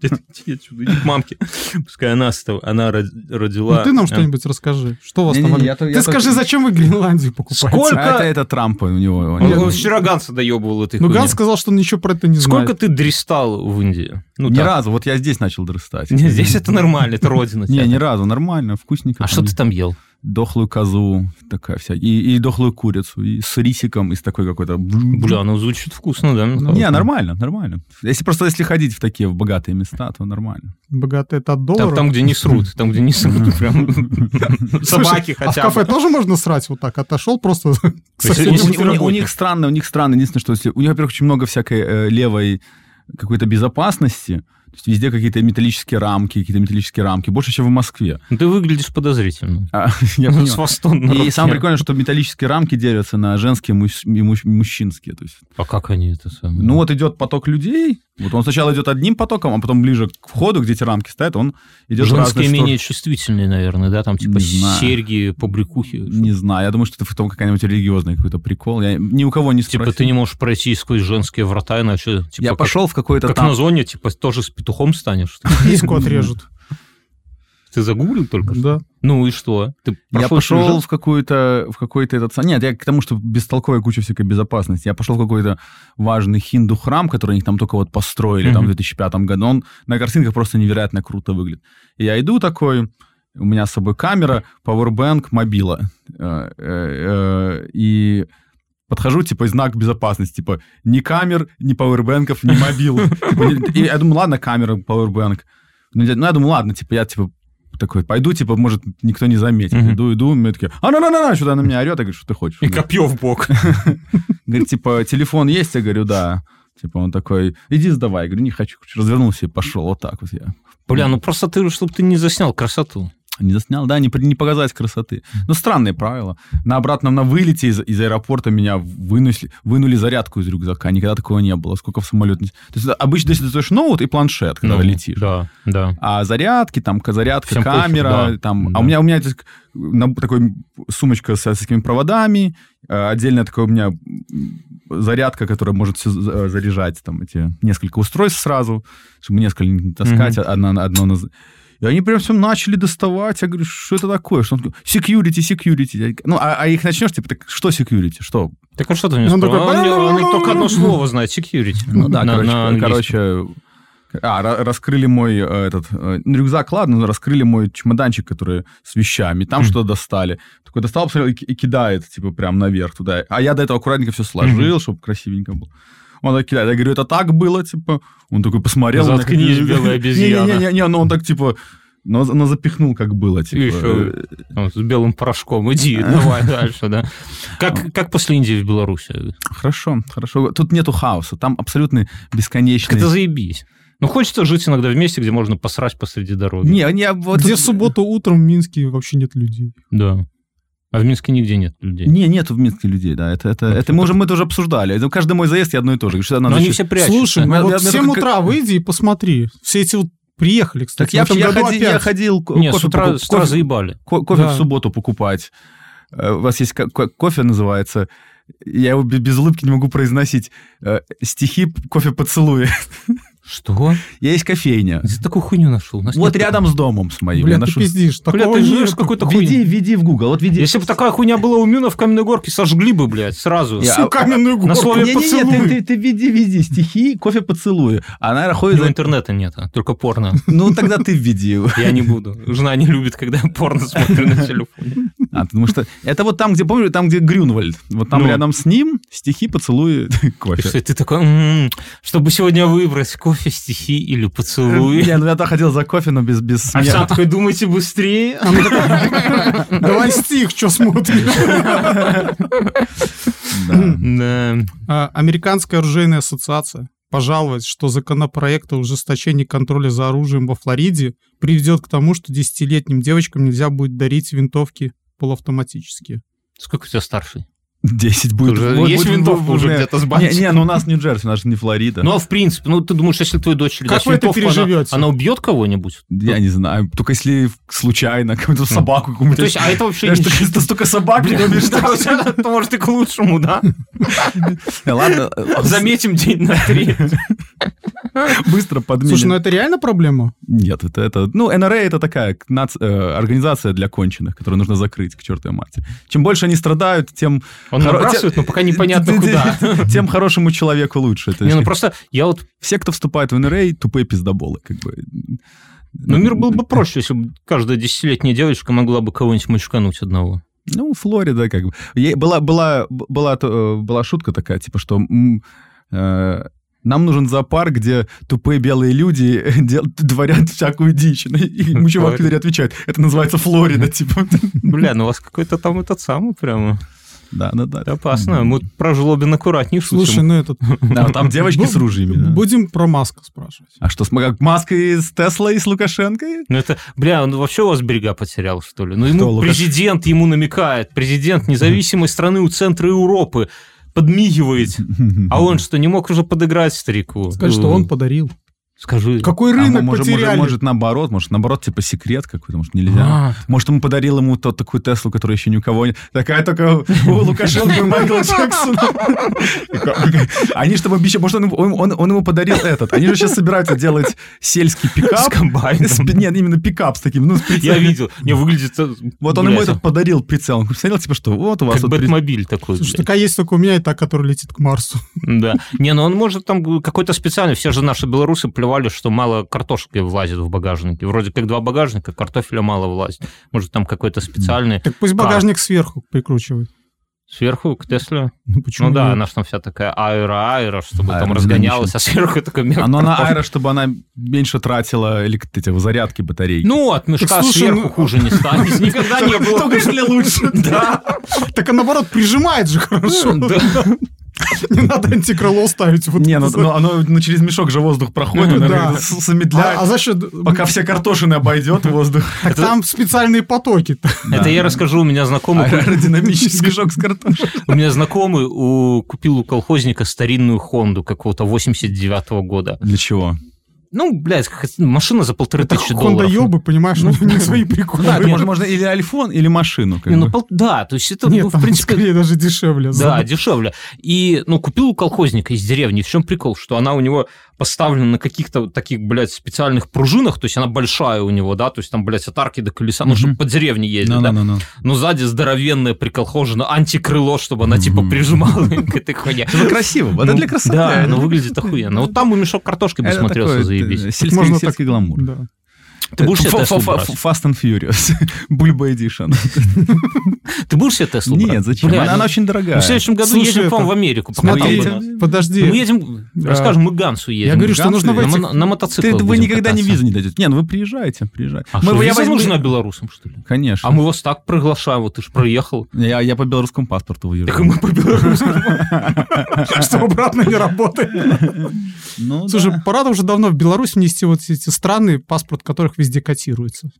Дядя, иди отсюда, иди к мамке. Пускай она, с тобой- она род- родила...
Ну ты нам
э,
что-нибудь расскажи. Что у вас
Не-не,
там?
я то- я
Ты скажи,
только-
зачем вы Гренландию покупаете?
Сколько?
А это, это Трампа у него.
Он
Нет,
он вчера Ганса доебывал этой
Ну,
хуйни.
Ган сказал, что он ничего про это не знает.
Сколько ты дристал в Индии? Ну,
ни
так. *laughs*
разу. Вот я здесь начал дрыстать.
Не, Здесь это нормально, это родина.
Не,
тебя.
ни разу. Нормально, вкусненько.
А
там
что ты
есть.
там ел?
Дохлую козу, такая вся. И, и дохлую курицу, и с рисиком, и с такой какой-то...
Бля, ну звучит вкусно, Ну, да? Михаил?
Не, нормально, нормально. Если просто если ходить в такие в богатые места, то нормально.
Богатый это от доллара.
Там, там, где не срут, там, где не срут, прям
Слушай,
собаки
а в
хотя
кафе
бы.
тоже можно срать вот так? Отошел просто к
То есть
У,
Если
соседнему
у- у- у
работе.
них странно, у них странно. Единственное, что если, у них, во-первых, очень много всякой э, левой какой-то безопасности. То есть везде какие-то металлические рамки, какие-то металлические рамки. Больше, чем в Москве.
Ты выглядишь подозрительно.
А, *laughs* я понимаю.
С фастон на
И
руке.
самое прикольное, что металлические рамки делятся на женские муж- и муж- мужчинские. То есть,
А как они это самое?
ну вот идет поток людей, вот он сначала идет одним потоком, а потом ближе к входу, где эти рамки стоят, он идет в разные
Женские
стороны.
менее чувствительные, наверное, да? Там типа
Не знаю. Ну,
серьги, побрякухи.
Не знаю, я думаю, что это в том какая-нибудь религиозный какой-то прикол. Я ни у кого не спросил.
Типа ты не можешь пройти сквозь женские врата, иначе... типа,
Я
как-
пошел в какой-то
Как
там...
на зоне, типа, тоже с петухом станешь.
Диску отрежут.
*laughs* Ты загуглил только что?
Да.
Ну и что? Ты
Я
прошел
пошел
сюжет?
в какую-то в какой-то этот сам- нет, я к тому, что бестолковая куча всякой безопасности. Я пошел в какой-то важный хинду храм, который они там только вот построили там в
Мгм.
2005 году. Он на картинках просто невероятно круто выглядит. И я иду такой, у меня с собой камера, Powerbank, мобила Э, э, э, и подхожу типа знак безопасности, типа ни камер, ни пауэрбэнков, ни мобил. Типа, не- И я думаю, ладно, камера, пауэрбэнк. Ну, я ну, я думаю, ладно, типа я типа такой, пойду, типа, может, никто не заметит.
Мгм.
Иду, иду, мне такие, а на на на на что-то она меня орет, я говорю, что ты хочешь?
И
Он говорит,
копье
*laughs*
в бок.
Говорит, типа, телефон есть? Я говорю, да. Типа он такой, иди сдавай. Я говорю, не хочу. Развернулся и пошел. Вот так вот я.
Бля, ну просто ты, чтобы ты не заснял красоту.
Не заснял, да, не, при- не показать красоты. Но странные правила. На обратном, на вылете из, из аэропорта меня вынесли, вынули зарядку из рюкзака. Никогда такого не было. Сколько в самолет... не- То есть это обычно если ты достаешь ноут и планшет, когда
Ну,
летишь.
Да, да.
А зарядки, там, к- зарядка,
Всем пофиг,
камера,
да.
там.
Да.
А у меня, у меня здесь на- такой сумочка со всякими проводами, э, отдельная такая у меня м, зарядка, которая может всё за- э, заряжать там эти несколько устройств сразу, чтобы несколько не таскать,
Мгм.
одна на- одно на... за- И они прям все начали доставать. Я говорю, что это такое? Что он такой, security, security. Я- Ну, а, а их начнешь, типа, так что security? Что?
Так а что ты мне
Он
спрашивал?
такой,
Он мне- Он только одно слово знает, security.
Ну да,
На-
короче,
на
кор-
английском.
короче, а, ра- раскрыли мой э, этот э, ну, рюкзак, ладно, но раскрыли мой чемоданчик, который с вещами, там
Мгм.
что-то достали. Такой достал, посмотрел и, ки- и кидает, типа, прям наверх туда. А я до этого аккуратненько все сложил, чтобы красивенько было. Он так кидает. Я говорю, это так было, типа. Он такой посмотрел. на меня, *laughs*
Заткнись,
как-
белая обезьяна.
Не-не-не, но он так, типа, но, но запихнул, как было, типа.
еще-
Э,
Там Ну, С белым порошком. Иди, *laughs* давай дальше, да.
Ну.
Как, как после Индии в Беларуси?
Хорошо, хорошо. Тут нету хаоса, там абсолютно
Это
бесконечный...
заебись. Ну, хочется жить иногда в месте, где можно посрать посреди дороги.
Не, а не, вот...
Где в субботу утром в Минске вообще нет людей.
Да. А в Минске нигде нет людей.
Не, нет в Минске людей, да. Это, это, это мы уже мы тоже обсуждали. Это Каждый мой заезд я одно и то же. Говорю, сюда
Ну, Но
надо
они
еще-
все прячутся.
Слушай,
Я-
ну
я-
вот в
я
7
только-
утра выйди и посмотри. Все эти вот приехали, кстати.
Так я,
в этом
я,
году
ходи- я
опять.
ходил ко-
Нет,
кофе,
с утра,
покуп-
с утра
кофе-
заебали.
ко- кофе
Да.
в субботу покупать. Э, У вас есть ко- ко- кофе, называется. Я его бе- без улыбки не могу произносить. Э, Стихи кофе поцелуя. *laughs*
Что?
Я есть кофейня.
Где ты такую хуйню нашел? У нас
Вот
нет
рядом с домом с моим. я
Блин, ты
ношу-
пиздишь.
такого.
Такого
Бля, ты живешь
нет.
в какой-то
Введи,
хуйне.
введи в Google. Вот введи.
Если бы такая хуйня была у Мюна в Каменной Горке, сожгли бы, блядь, сразу.
Я-
Всю каменную
На
горку.
слове
Не-не-не, ты,
поцелуй.
ты, ты введи, введи стихи, кофе поцелую. А, наверное,
У
ходит...
него *laughs*
за-
интернета нет, а только порно.
Ну, тогда ты введи.
*laughs* Я не буду. Жена не любит, когда я порно смотрю на телефоне.
А, потому что это вот там, где, помню, там, где Грюнвальд. Вот там
Ну.
рядом с ним стихи поцелуй
*laughs*
*laughs*
И
кофе.
что, и ты такой, «М, чтобы сегодня выбрать, кофе, стихи или поцелуй?
Я, ну, я так хотел за кофе, но без, без
А
смеха.
все такой, думайте быстрее.
Давай стих, что смотришь.
*clears throat* Да.
*laughs* Да.
А, Американская оружейная ассоциация пожаловалась, что законопроект о ужесточении контроля за оружием во Флориде приведет к тому, что десятилетним девочкам нельзя будет дарить винтовки полуавтоматические.
Сколько у тебя старший?
10 будет.
Уже
будет-
есть
будет-
винтовка
будет-
уже где-то с
Не,
бантиком?
не, ну у нас Нью-Джерси, у нас же не Флорида.
Ну, а в принципе, ну, ты думаешь, если твоей дочери
Как
дашь
вы это
винтовку, она-
переживете?
она убьет кого-нибудь?
Я не знаю, только если случайно какую-то собаку какую-то...
Хм. То есть, а это
*laughs*
вообще
Знаешь,
не...
только- это столько собак, не
*laughs*
любишь,
Да,
что-
это Может, и к лучшему, да?
Э, *laughs* Ладно, э,
Заметим день на три.
быстро подменим.
Слушай, ну это реально проблема?
Нет, это, это... Ну, НРА это такая к- нац- э, организация для конченых, которую нужно закрыть, к чертовой матери. Чем больше они страдают, тем...
Он
хоро-
набрасывает,
те-
но пока непонятно
те- те-
куда.
Тем хорошему человеку лучше. То
Не,
есть
ну просто я вот...
Все, кто вступает в НРА, тупые пиздоболы, как бы.
Ну, мир был бы проще, если бы каждая десятилетняя девочка могла бы кого-нибудь мочкануть одного.
Ну, Флорида, как бы. Е- Была, была, б- была, то- э, была шутка такая, типа, что м, э, нам нужен зоопарк, где тупые белые люди дел- творят всякую дичь. И ему чувак
Флорида.
отвечает, это называется Флорида, типа.
Бля, ну у вас какой-то там этот самый прямо.
Да, да, да.
Это опасно. Мы про жлобин аккуратнее
Слушай,
шутим.
ну
*laughs*
этот...
Да, там девочки
Бу-
с ружьями. да.
Будем про Маска спрашивать.
А что, с м- маской с Теслой и с Лукашенко?
Ну это, бля, он вообще у вас берега потерял, что ли? Ну ему
Что, Лукаш-
президент ему намекает, президент независимой страны у центра Европы подмигивает. А он что, не мог уже подыграть старику?
Скажи, что он подарил.
Скажи.
Какой
А, может,
рынок
может,
потеряли?
может, наоборот, может, наоборот, типа секрет какой-то, может, нельзя.
А,
Может, ему подарил ему тот такую Теслу, которая еще ни у кого не... Такая только у Лукашенко и Майкла Джексона. Они чтобы обещали... Может, он, ему- он- он- он ему подарил этот. Они же сейчас собираются делать сельский
с
пикап.
комбайном.
С- Нет, именно пикап с таким. Ну, с
Я
прицелом.
видел. Не, выглядит... э,
Вот он ему
блядь,
этот подарил прицел. Он посмотрел, типа, что вот у вас...
Как
вот при-
Бэтмобиль такой.
Слушай,
блядь.
такая есть только у меня и та, которая летит к Марсу. *laughs*
Да. Не, ну он может там какой-то специальный. Все же наши белорусы плевали, что мало картошки влазит в багажнике. Вроде как два багажника, картофеля мало влазит. Может, там какой-то специальный
Так пусть
Как?
багажник сверху прикручивает.
сверху к Тесле.
Ну почему
Ну да,
нет? *laughs*
она же там вся такая аэро-аэро, чтобы там
Аэродинамично.
разгонялась, а сверху такой мех
А, ну, она
картофель.
аэро, чтобы она меньше тратила элек- эти, зарядки батарей.
Ну, от мешка
слушай,
сверху
ну-
хуже не станет. Никогда не было.
Только если лучше.
*laughs* Да.
Так а наоборот, прижимает же хорошо.
*laughs* Да.
Не надо антикрыло ставить. вот
Не, ну,
это.
ну, оно ну, через мешок же воздух проходит,
Да.
оно с- замедляет.
А а за счет...
Пока вся картошина обойдет воздух.
Так
Это-
там специальные потоки. *laughs*
Это я расскажу, у меня знакомый
А Аэродинамический *laughs* мешок с картошкой.
У меня знакомый у- купил у колхозника старинную Хонду какого-то 89 года.
Для чего?
Ну, блядь, как- машина за полторы
Это
тысячи долларов. Ну,
хондаёбы, понимаешь, у них свои приколы.
Да,
нет.
можно, можно или альфон, или машину. как
Не, ну,
бы.
пол- Да, то есть это, ну,
*laughs* Нет,
в
там
принципе,
скорее даже дешевле.
Да, дешевле. И, ну, купил у колхозника из деревни. В чем прикол? Что она у него поставлена на каких-то вот таких, блядь, специальных пружинах, то есть она большая у него, да, то есть там, блядь, от арки до колеса, ну,
Мгм.
чтобы по деревне ездить, да.
Ну-ну-ну-ну.
Но сзади здоровенное приколхожено антикрыло, чтобы она, типа,
Мгм.
прижимала *laughs* к этой хуйне.
Это красиво, это
Ну,
для красоты.
Да,
Это-
но выглядит охуенно. Вот там бы мешок картошки бы
это
смотрелся
такое,
заебись.
э, Сельский,
Можно
сельский
так-
гламур.
Да.
Ты будешь
Фа-
себе
фа-
Теслу
фа-
брать?
*laughs* Fast and Furious. Бульба Edition.
Ты будешь себе Теслу брать?
Нет, зачем?
Бля,
Она
ну,
она очень дорогая.
В следующем году
Слушай,
едем, по-моему, в
это-
Америку.
смотри,
покатал бы
я-
нас.
Подожди.
Мы едем,
А,
расскажем, мы к Гансу едем.
Я говорю, что
Гансу
нужно в
едем.
на,
этих...
мо- на мотоцикле
Ты, вы
будем
никогда не
кататься.
визу не дадете. Не, ну вы приезжайте, приезжайте.
А что, виза
возьму-
нужна белорусам, что ли?
Конечно.
А мы вас так приглашаем, вот ты же проехал.
Я, я по белорусскому паспорту
Так и
выезжаю.
мы по *laughs* белорусскому.
Что обратно не работает.
Ну,
Слушай,
да.
пора уже давно в Беларусь внести вот эти страны, паспорт которых везде котируется.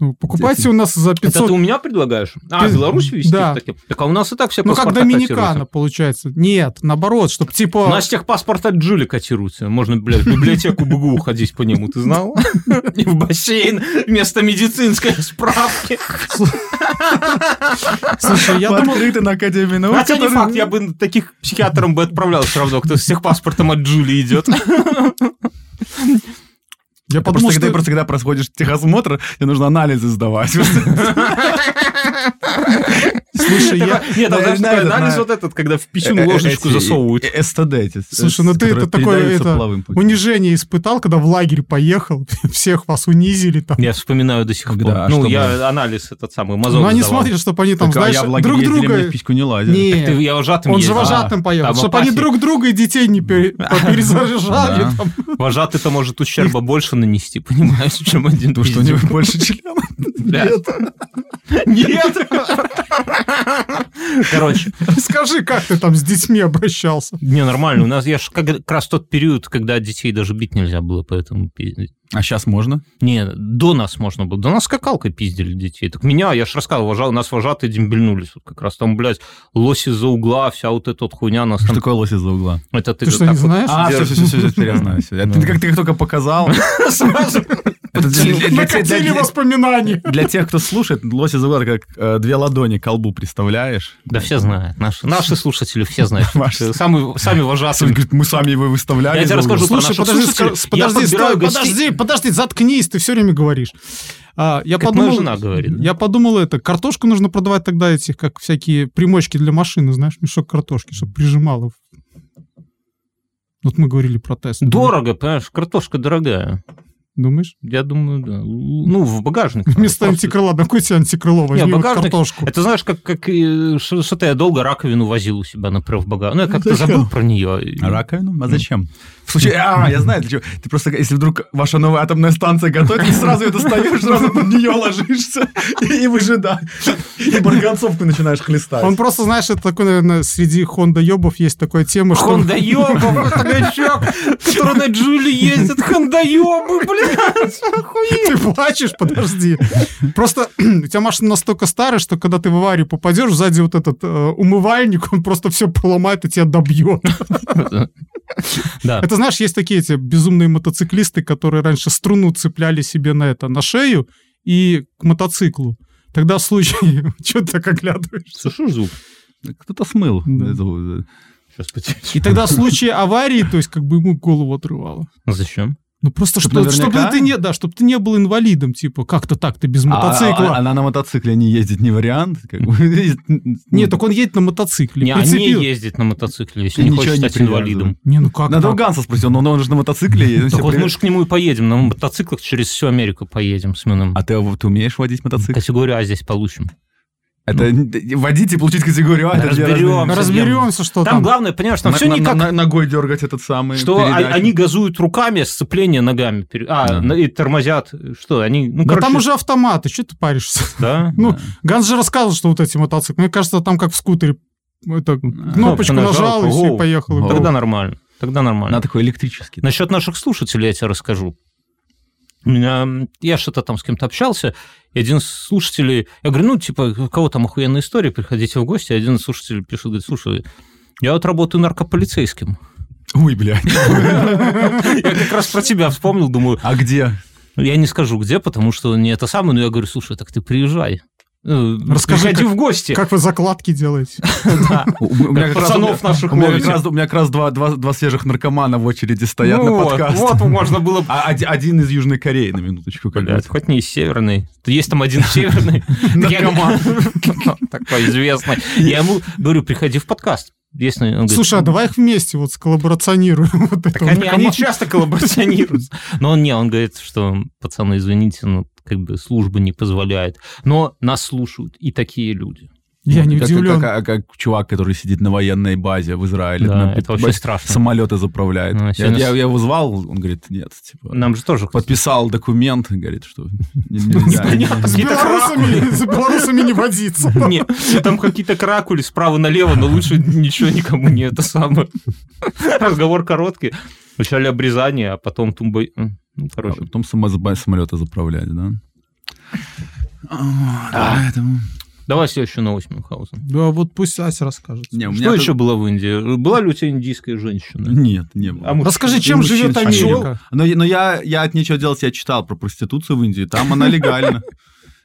Ну, покупайте у нас за
Это ты
500...
у меня предлагаешь? А,
Ты-
Беларусь везти?
Да.
Так, так а у нас и так все
Ну, как
паспорта
Доминикана,
котируются.
получается. Нет, наоборот, чтобы *laughs*
У
типа...
нас техпаспорт от Джули котируется. Можно, блядь, в библиотеку БГУ ходить по нему, ты знал? И в бассейн вместо медицинской справки.
Слушай, я
В
думал...
открытой на Академии наук,
Хотя не
который-
факт, я бы таких психиатром бы отправлял все равно, кто с техпаспортом от Джули идет.
Я
Потому
подумал,
что когда,
что...
просто когда проходишь техосмотр, тебе нужно анализы сдавать.
*laughs* Слушай, я...
Да, я
Нет, там знаешь, такой
знаю,
анализ
знаю.
вот этот, когда в писюн ложечку засовывают.
Э, СТД эти. с-
Слушай, ну
с-
ты это
которые
такое,
передаются
это,
половым путем.
Унижение испытал, когда в лагерь поехал, *laughs* всех вас унизили там.
Я вспоминаю до сих пор.
Да, а
ну,
что
я анализ этот самый, мазок
Но Ну, они
сдавал.
смотрят, чтобы они там,
Так, а
знаешь,
я в лагере
друг
ездили, мне
друга...
в письку не лазили.
Не,
Ты, я вожатым
он же
ездил.
А,
вожатым поехал,
там
чтобы они
опаснее.
друг друга и детей
*laughs*
не пере- перезаряжали.
Да.
там.
А, Вожатый-то может ущерба больше нанести, *laughs* понимаешь, чем один
То, что у него больше
*laughs*
члена.
Да. Нет! Короче,
Скажи, как ты там с детьми обращался?
не, нормально. У нас, я ж как, как раз тот период, когда детей даже бить нельзя было, поэтому... пи-
А сейчас можно?
Не, до нас можно было. До нас скакалкой пиздили детей. Так меня, я ж рассказывал, вожа- нас вожатые дембельнулись. Вот как раз там, блядь, лоси за угла, вся вот эта вот хуйня нас
Что
там...
такое лось из-за угла?
Это ты,
Ты
же
что,
так
не знаешь?
А, все, все, все, все, теперь я знаю. всё. Я- Ты как ты их только
*laughs*
показал.
вот сразу.
Это для- для- для- для-
Накатили
для-
воспоминания.
Для тех, кто слушает, лось из-за угла, это как э, две ладони к колбу представляешь.
Да все знают. Наши, наши слушатели все знают. что
Ваши.
ты- Сами, сами
А
вожатые.
Говорит, мы сами его и выставляли.
Я тебе
из-за угла».
расскажу про
Слушай,
наших
Ну, подожди,
слушателей.
ска-
Я
подожди,
подбираю
стой,
гостей.
подожди, подожди, заткнись, ты все время говоришь. А, я
Как
подумал,
моя жена говорит.
Я подумал это, картошку нужно продавать тогда этих, как всякие примочки для машины, знаешь, мешок картошки, чтобы прижимало. Вот мы говорили про тест.
Дорого, понимаешь, картошка дорогая.
Думаешь?
Я думаю, да. Ну, в багажник.
Вместо
Просто-
антикрыла, на какой тебе антикрыло, возьми вот
багажник-
картошку.
Это знаешь, как, как э, что- что-то я долго раковину возил у себя, например, в багаж. Ну, я как-то
Зачем?
забыл про нее.
Раковину? А зачем? В случае... А, я знаю, для чего. Ты просто, если вдруг ваша новая атомная станция готовит, ты сразу ее достаешь, сразу под нее ложишься и, и выжидаешь. И барганцовку начинаешь хлестать.
Он просто, знаешь, это такой, наверное, среди хонда ёбов есть такая тема, что...
*laughs*
Хондаёба, который на Джули ездит, хондаёбы, блядь,
*laughs*
охуеть.
Ты плачешь, подожди. Просто *clears throat* у тебя машина настолько старая, что когда ты в аварию попадешь, сзади вот этот э, умывальник, он просто все поломает и тебя добьет.
Да,
Это, знаешь, есть такие эти безумные мотоциклисты, которые раньше струну цепляли себе на это, на шею и к мотоциклу. Тогда в случае... *laughs* Чего ты так оглядываешь?
слышишь звук?
Кто-то смыл. э,
Да.
Это-
Сейчас потеряю.
И тогда в случае аварии, то есть как бы ему голову отрывало.
Зачем?
Ну просто
Чтоб
чтобы,
наверняка?
чтобы ты не, да, чтобы ты не был инвалидом, типа как-то так ты без
А- а-
мотоцикла.
Она на мотоцикле не ездит, не вариант. как бы. *laughs* ну,
Нет, так он едет на мотоцикле.
Не, а не
прицепил.
ездит на мотоцикле, если
И
не
ничего
хочет
не
стать инвалидом.
Не, ну как
Надо у
так?
Ганса спросить, он, он же на мотоцикле ездит. он
Так
себе
вот
привет.
мы же к нему и поедем, на мотоциклах через всю Америку поедем с Мином.
А ты, ты умеешь водить мотоцикл?
Категорию А здесь получим.
Это н- водить и получить категорию А. это две
Разберем.
разные-
Разберемся, что
Там
там.
главное, понимаешь, там
На-
все
на-
никак...
на- Ногой дергать этот самый.
Что а-
передачу.
они газуют руками, а сцепление ногами. пере- А,
Да.
на- и тормозят. Что, они... Ну,
Да
короче,
там уже автоматы, что ты паришься? *laughs*
Да?
Ну,
Да.
Ганс же рассказывал, что вот эти мотоциклы. Мне кажется, там как в скутере. Это, кнопочку
нажал,
Э, нажал, и все,
гоу.
и поехал.
Гоу.
Тогда нормально. Тогда нормально.
Она такой электрический.
Насчет наших слушателей я тебе расскажу. У меня, м, я что-то там с кем-то общался, и один из слушателей... Я говорю, ну, типа, у кого там охуенная история, приходите в гости. Один из слушателей пишет, говорит, слушай, я вот работаю наркополицейским. *laughs*
Ой, блядь.
Я как раз про тебя вспомнил, думаю,
А где?
Ну, Я не скажу где, потому что не это самое, но я говорю, слушай, так ты приезжай. Ну,
Расскажи,
приходи
как-
в гости.
Как вы закладки *laughs* делаете?
Да.
У- У меня как раз-
пацанов наших
у меня как
ловите.
раз- у меня как раз два- два два свежих наркомана в очереди стоят на
Ну вот,
подкаст.
Вот можно было бы...
А оди- один из Южной Кореи, на минуточку. как
Блядь,
бы.
хоть не из северной. Есть там один северный.
Наркоман.
*laughs* Такой известный. Я ему говорю, приходи в подкаст. есть... на- он говорит,
Слушай, а давай их вместе вот сколлаборационируем. *laughs* Вот это
Так
вот
они, они
команда.
часто коллаборационируют. Но он не, он говорит, что, пацаны, извините, но как бы служба не позволяет. Но нас слушают и такие люди.
Я не
Как-
удивлен.
Как, как- как чувак, который сидит на военной базе в Израиле.
Да,
на-
это вообще
б-
страшно.
Самолеты заправляет.
Ну,
Я-
сегодня- Ну,
я, я его звал, он говорит, нет. Типа,
Нам же тоже... *laughs*
Подписал документ, говорит, что не- нельзя. А
Понятно,
С
какие-то
белорусами, с белорусами не водиться.
каракули. Нет, там какие-то каракули справа налево, но лучше ничего никому не это самое. *laughs* Разговор короткий. Вначале обрезание, а потом тумба... Ну,
А
короче.
потом само- самолеты заправлять, да? А, поэтому-
Давай следующую новость, Мюнхгаузен.
*laughs* Да вот пусть Ася расскажет.
Не, у меня
Что
тут-
еще было в Индии? Была ли у тебя индийская женщина?
Нет, не было.
А мы-
Расскажи, чем
Мужчин
живет
спросил.
Америка?
Но, Ну, я- но я, я от нечего делать, я читал про проституцию в Индии. Там она
*laughs*
легальна.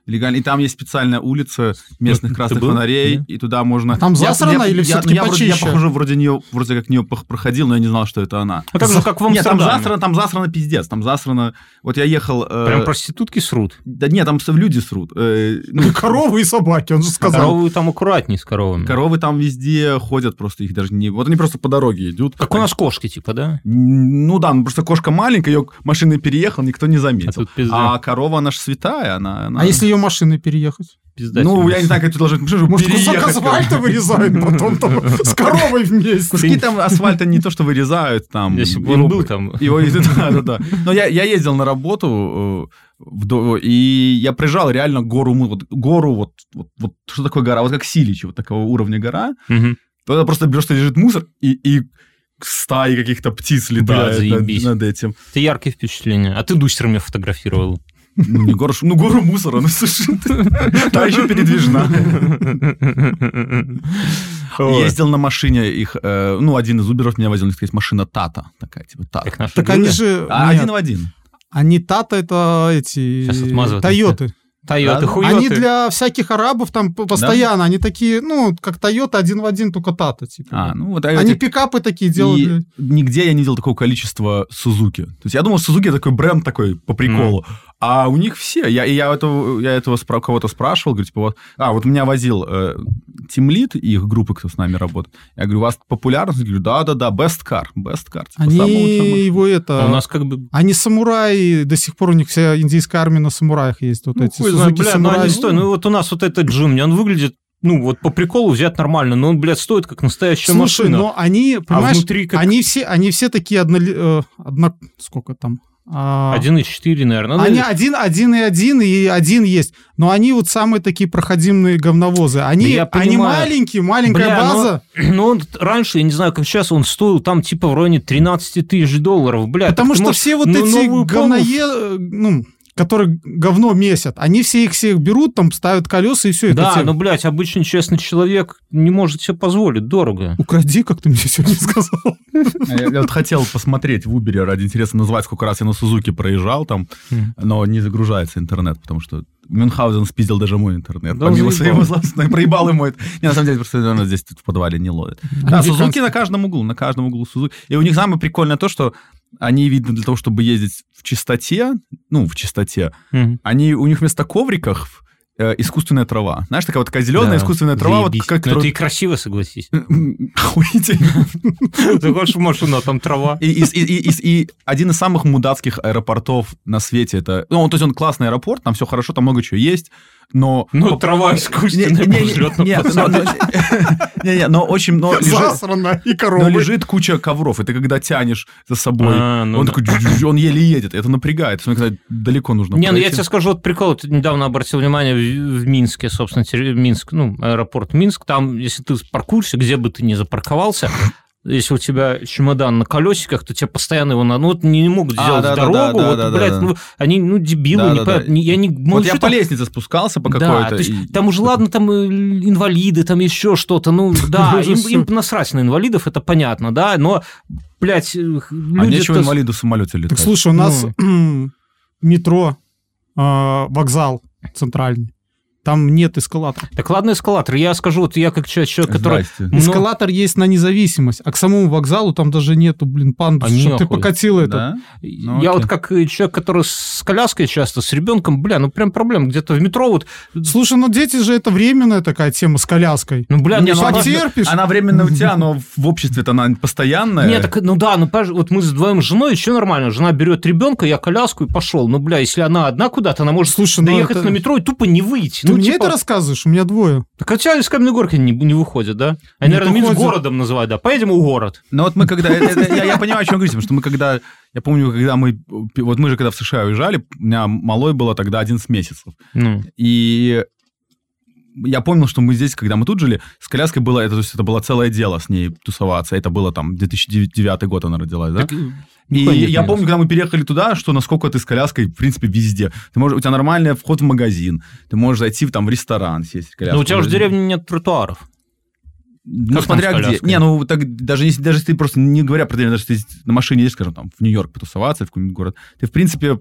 Легально. И там есть специальная улица местных
Ты
красных
был?
фонарей,
Нет.
и туда можно...
А
Там засрана или всё-таки
я, вроде- я,
почище?
похоже, вроде, нее, вроде как нее пох- проходил, но я не знал, что это она.
Ну, так же, как в
Нет, там
Амстердаме.
засрано, там засрано пиздец, там засрано... Вот я ехал... э,
Прям проститутки срут.
Да нет, там с- люди срут. Э, ну, *laughs*
*laughs*
Ну, Коровы и собаки, он же сказал.
Коровы там аккуратней с коровами.
коровы там везде ходят, просто их даже не... Вот они просто по дороге идут.
Как у нас кошки, типа, да?
Ну да, ну просто кошка маленькая, ее машина переехала, никто не
А
заметил.
тут пизда.
А корова, она же святая, она... она-
А если ее машины переехать?
пизда
Ну,
тебе.
я не
*laughs*
знаю, как тут должен...
Может, кусок асфальта вырезают потом там
*laughs*
с коровой вместе?
Куски там асфальта не то, что вырезают, там...
Если бы
его-
он был там...
Его, *laughs* да, да, да. Но я, я ездил на работу, э, в до- и я прижал реально гору, мы- вот, гору, вот, вот, вот что такое гора, вот как Силич, вот такого уровня гора.
Мгм.
Тогда просто берешь, что лежит мусор, и, и стаи каких-то птиц летают над,
заебись.
над этим.
Это яркое впечатление. А ты дустер меня *laughs* фотографировал.
Ну, не гору, ш- ну, гору мусора, ну, слушай, ты- та еще передвижна.
Ой.
Ездил на машине их, э, ну, один из уберов меня возил, у них есть машина Тата, такая, типа Тата.
Как наши
Так
люди.
они же...
А,
нет,
один в один.
Они Тата это эти...
Щас отмазывают.
Тойоты.
Тойоты,
Да.
хуёты.
Они для всяких арабов там п- постоянно, они такие, ну, как Тойота один в один, только Тата, типа.
А, ну вот а
Они
эти-
пикапы такие
и
делают.
нигде я не видел такого количества Сузуки. То есть я думал, Сузуки такой бренд такой по приколу. А у них все. Я, и я этого, я этого спра- кого-то спрашивал, говорю, типа, вот, а, вот меня возил э, Тимлит и их группы, кто с нами работает. Я говорю, у вас популярность? Я говорю, да-да-да, best car, best car. типа, самая лучшая
Они
машина».
его
А
это...
У нас как бы...
Они самураи, до сих пор у них вся индийская армия на самураях есть. Вот
Ну,
эти
хуй знает,
Сузуки
бля, ну, они
самураи.
стоят. Ну, вот у нас вот этот Джимни, он выглядит, ну, вот по приколу взят нормально, но он, блядь, стоит как настоящая
Слушай,
машина.
но они,
А
понимаешь,
внутри как...
они, все, они все такие одно... э, одно сколько там? А,
1,4, наверное. Ну,
Они один, один и один, и один есть. Но они вот самые такие проходимые говновозы. Они,
я
они
понимаю.
маленькие, маленькая
Бля, *clears throat* ну,
база.
Но он раньше, я не знаю, как сейчас, он стоил там типа в районе 13 тысяч долларов, бля.
потому
так ты
что
можешь-
все вот
ну,
эти
новую
говное... э, Ну, которые говно месят. Они все их всех берут, там ставят колеса и все.
Да, ну,
это те-
но, блядь, обычный честный человек не может себе позволить, дорого.
Укради, как ты мне
*laughs*
сегодня сказал.
А Я, я вот хотел посмотреть в Uber ради интереса, назвать, сколько раз я на Сузуке проезжал там,
Мгм.
но не загружается интернет, потому что Мюнхгаузен спиздил даже мой интернет.
Да он
помимо
заебал.
своего собственного, проебал ему это. Не, на самом деле, просто наверное, здесь в подвале не ловит. Да,
Американские.
Сузуки на каждом углу, на каждом углу Сузуки. И у них самое прикольное то, что они, видно, для того, чтобы ездить в чистоте, ну, в чистоте,
Мгм.
они, у них вместо ковриков э, искусственная трава. Знаешь, такая вот такая зеленая
Да,
искусственная трава, вот
заебись.
как...
Ну, ты и красиво, согласись.
*laughs* Охуительно.
Ты хочешь машину, а там трава.
И, и- и- и- и один из самых мудацких аэропортов на свете это. Ну, он, то есть он классный аэропорт, там все хорошо, там много чего есть, но.
Ну,
По-
трава
Не- не-
искусственная пошлет
не-
на
Нет, но- *laughs*
пацана.
но- не- не, но очень но лежит.
Засрано, и
Ну,
но
коровы.
лежит куча ковров, и ты когда тянешь за собой,
А, ну
он
да.
такой, «Дю-дю-дю», он еле едет, это напрягает, Особенно, когда далеко нужно
Не, ну я
пройти.
тебе скажу, вот прикол, ты недавно обратил внимание в, в Минске, собственно, терри- Минск, ну, аэропорт Минск, там, если ты паркуешься, где бы ты ни запарковался, *laughs* если у тебя чемодан на колесиках, то тебе постоянно его надо. Ну, вот не могут
А,
сделать
да, да,
дорогу.
да,
вот,
да, да,
блядь,
да.
ну, они, ну, дебилы,
Да,
не
да,
понятно,
да.
не- Я не
Вот я
молчу,
по
там-
лестнице спускался по
да,
какой-то.
то есть,
и-
там уже, ладно, там э, инвалиды, там еще
*laughs*
что-то, ну, да,
Уже
им,
всё.
им насрать на инвалидов, это понятно, да, но, блядь, э,
А
люди...
нечего инвалиду в самолете летать.
Так слушай, у *clears throat*
Ну.
нас метро, а, вокзал центральный. Там нет эскалатора.
Так ладно, эскалатор. Я скажу, вот я как человек, человек, который...
Здрасте.
Ну-
Эскалатор есть на независимость, а к самому вокзалу там даже нету, блин, пандус,
А
чтоб ты
нехуй.
покатил это.
Да? Ну, окей.
я вот как э, человек, который с коляской часто, с ребенком, бля, ну прям проблема. Где-то в метро вот...
Слушай, ну дети же это временная такая тема с коляской.
Ну, бля,
Не,
ну,
ну,
согласен.
она-
потерпишь.
Она временно у тебя, но в обществе-то она постоянная.
Не, так, ну да, ну пож- вот мы с вдвоем с женой, еще нормально. Жена берет ребенка, я коляску и пошел. Ну, бля, если она одна куда-то, она может
Слушай, ну
доехать
это-
на метро и тупо не выйти.
Ты
ну,
мне
типа-
это рассказываешь? У меня двое.
Так хотя из Каменной Горки не, не выходят, да?
Не
Они, наверное, Минск
выходят.
городом называют, да. Поедем у город.
Но Ну, вот мы когда... это- это- я, я понимаю, о чем говорите, потому что мы когда... Я помню, когда мы... Вот мы же когда в США уезжали, у меня малой было тогда 11 месяцев.
Ну,
И я помнил, что мы здесь, когда мы тут жили, с коляской было... Это, то есть это было целое дело с ней тусоваться. Это было там 2009 год она родилась, да?
так,
И
ну,
я
конечно.
помню, когда мы переехали туда, что насколько ты с коляской, в принципе, везде. Ты можешь, у тебя нормальный вход в магазин, ты можешь зайти в, там, в ресторан, сесть коляску.
Ну, у тебя же в деревне нет тротуаров.
Ну,
Как там с
смотря где.
коляской?
Не, ну, так, даже если, даже если ты просто, не говоря про деревню, даже если ты на машине едешь, скажем, там, в Нью-Йорк потусоваться, или в какой-нибудь город, ты, в принципе,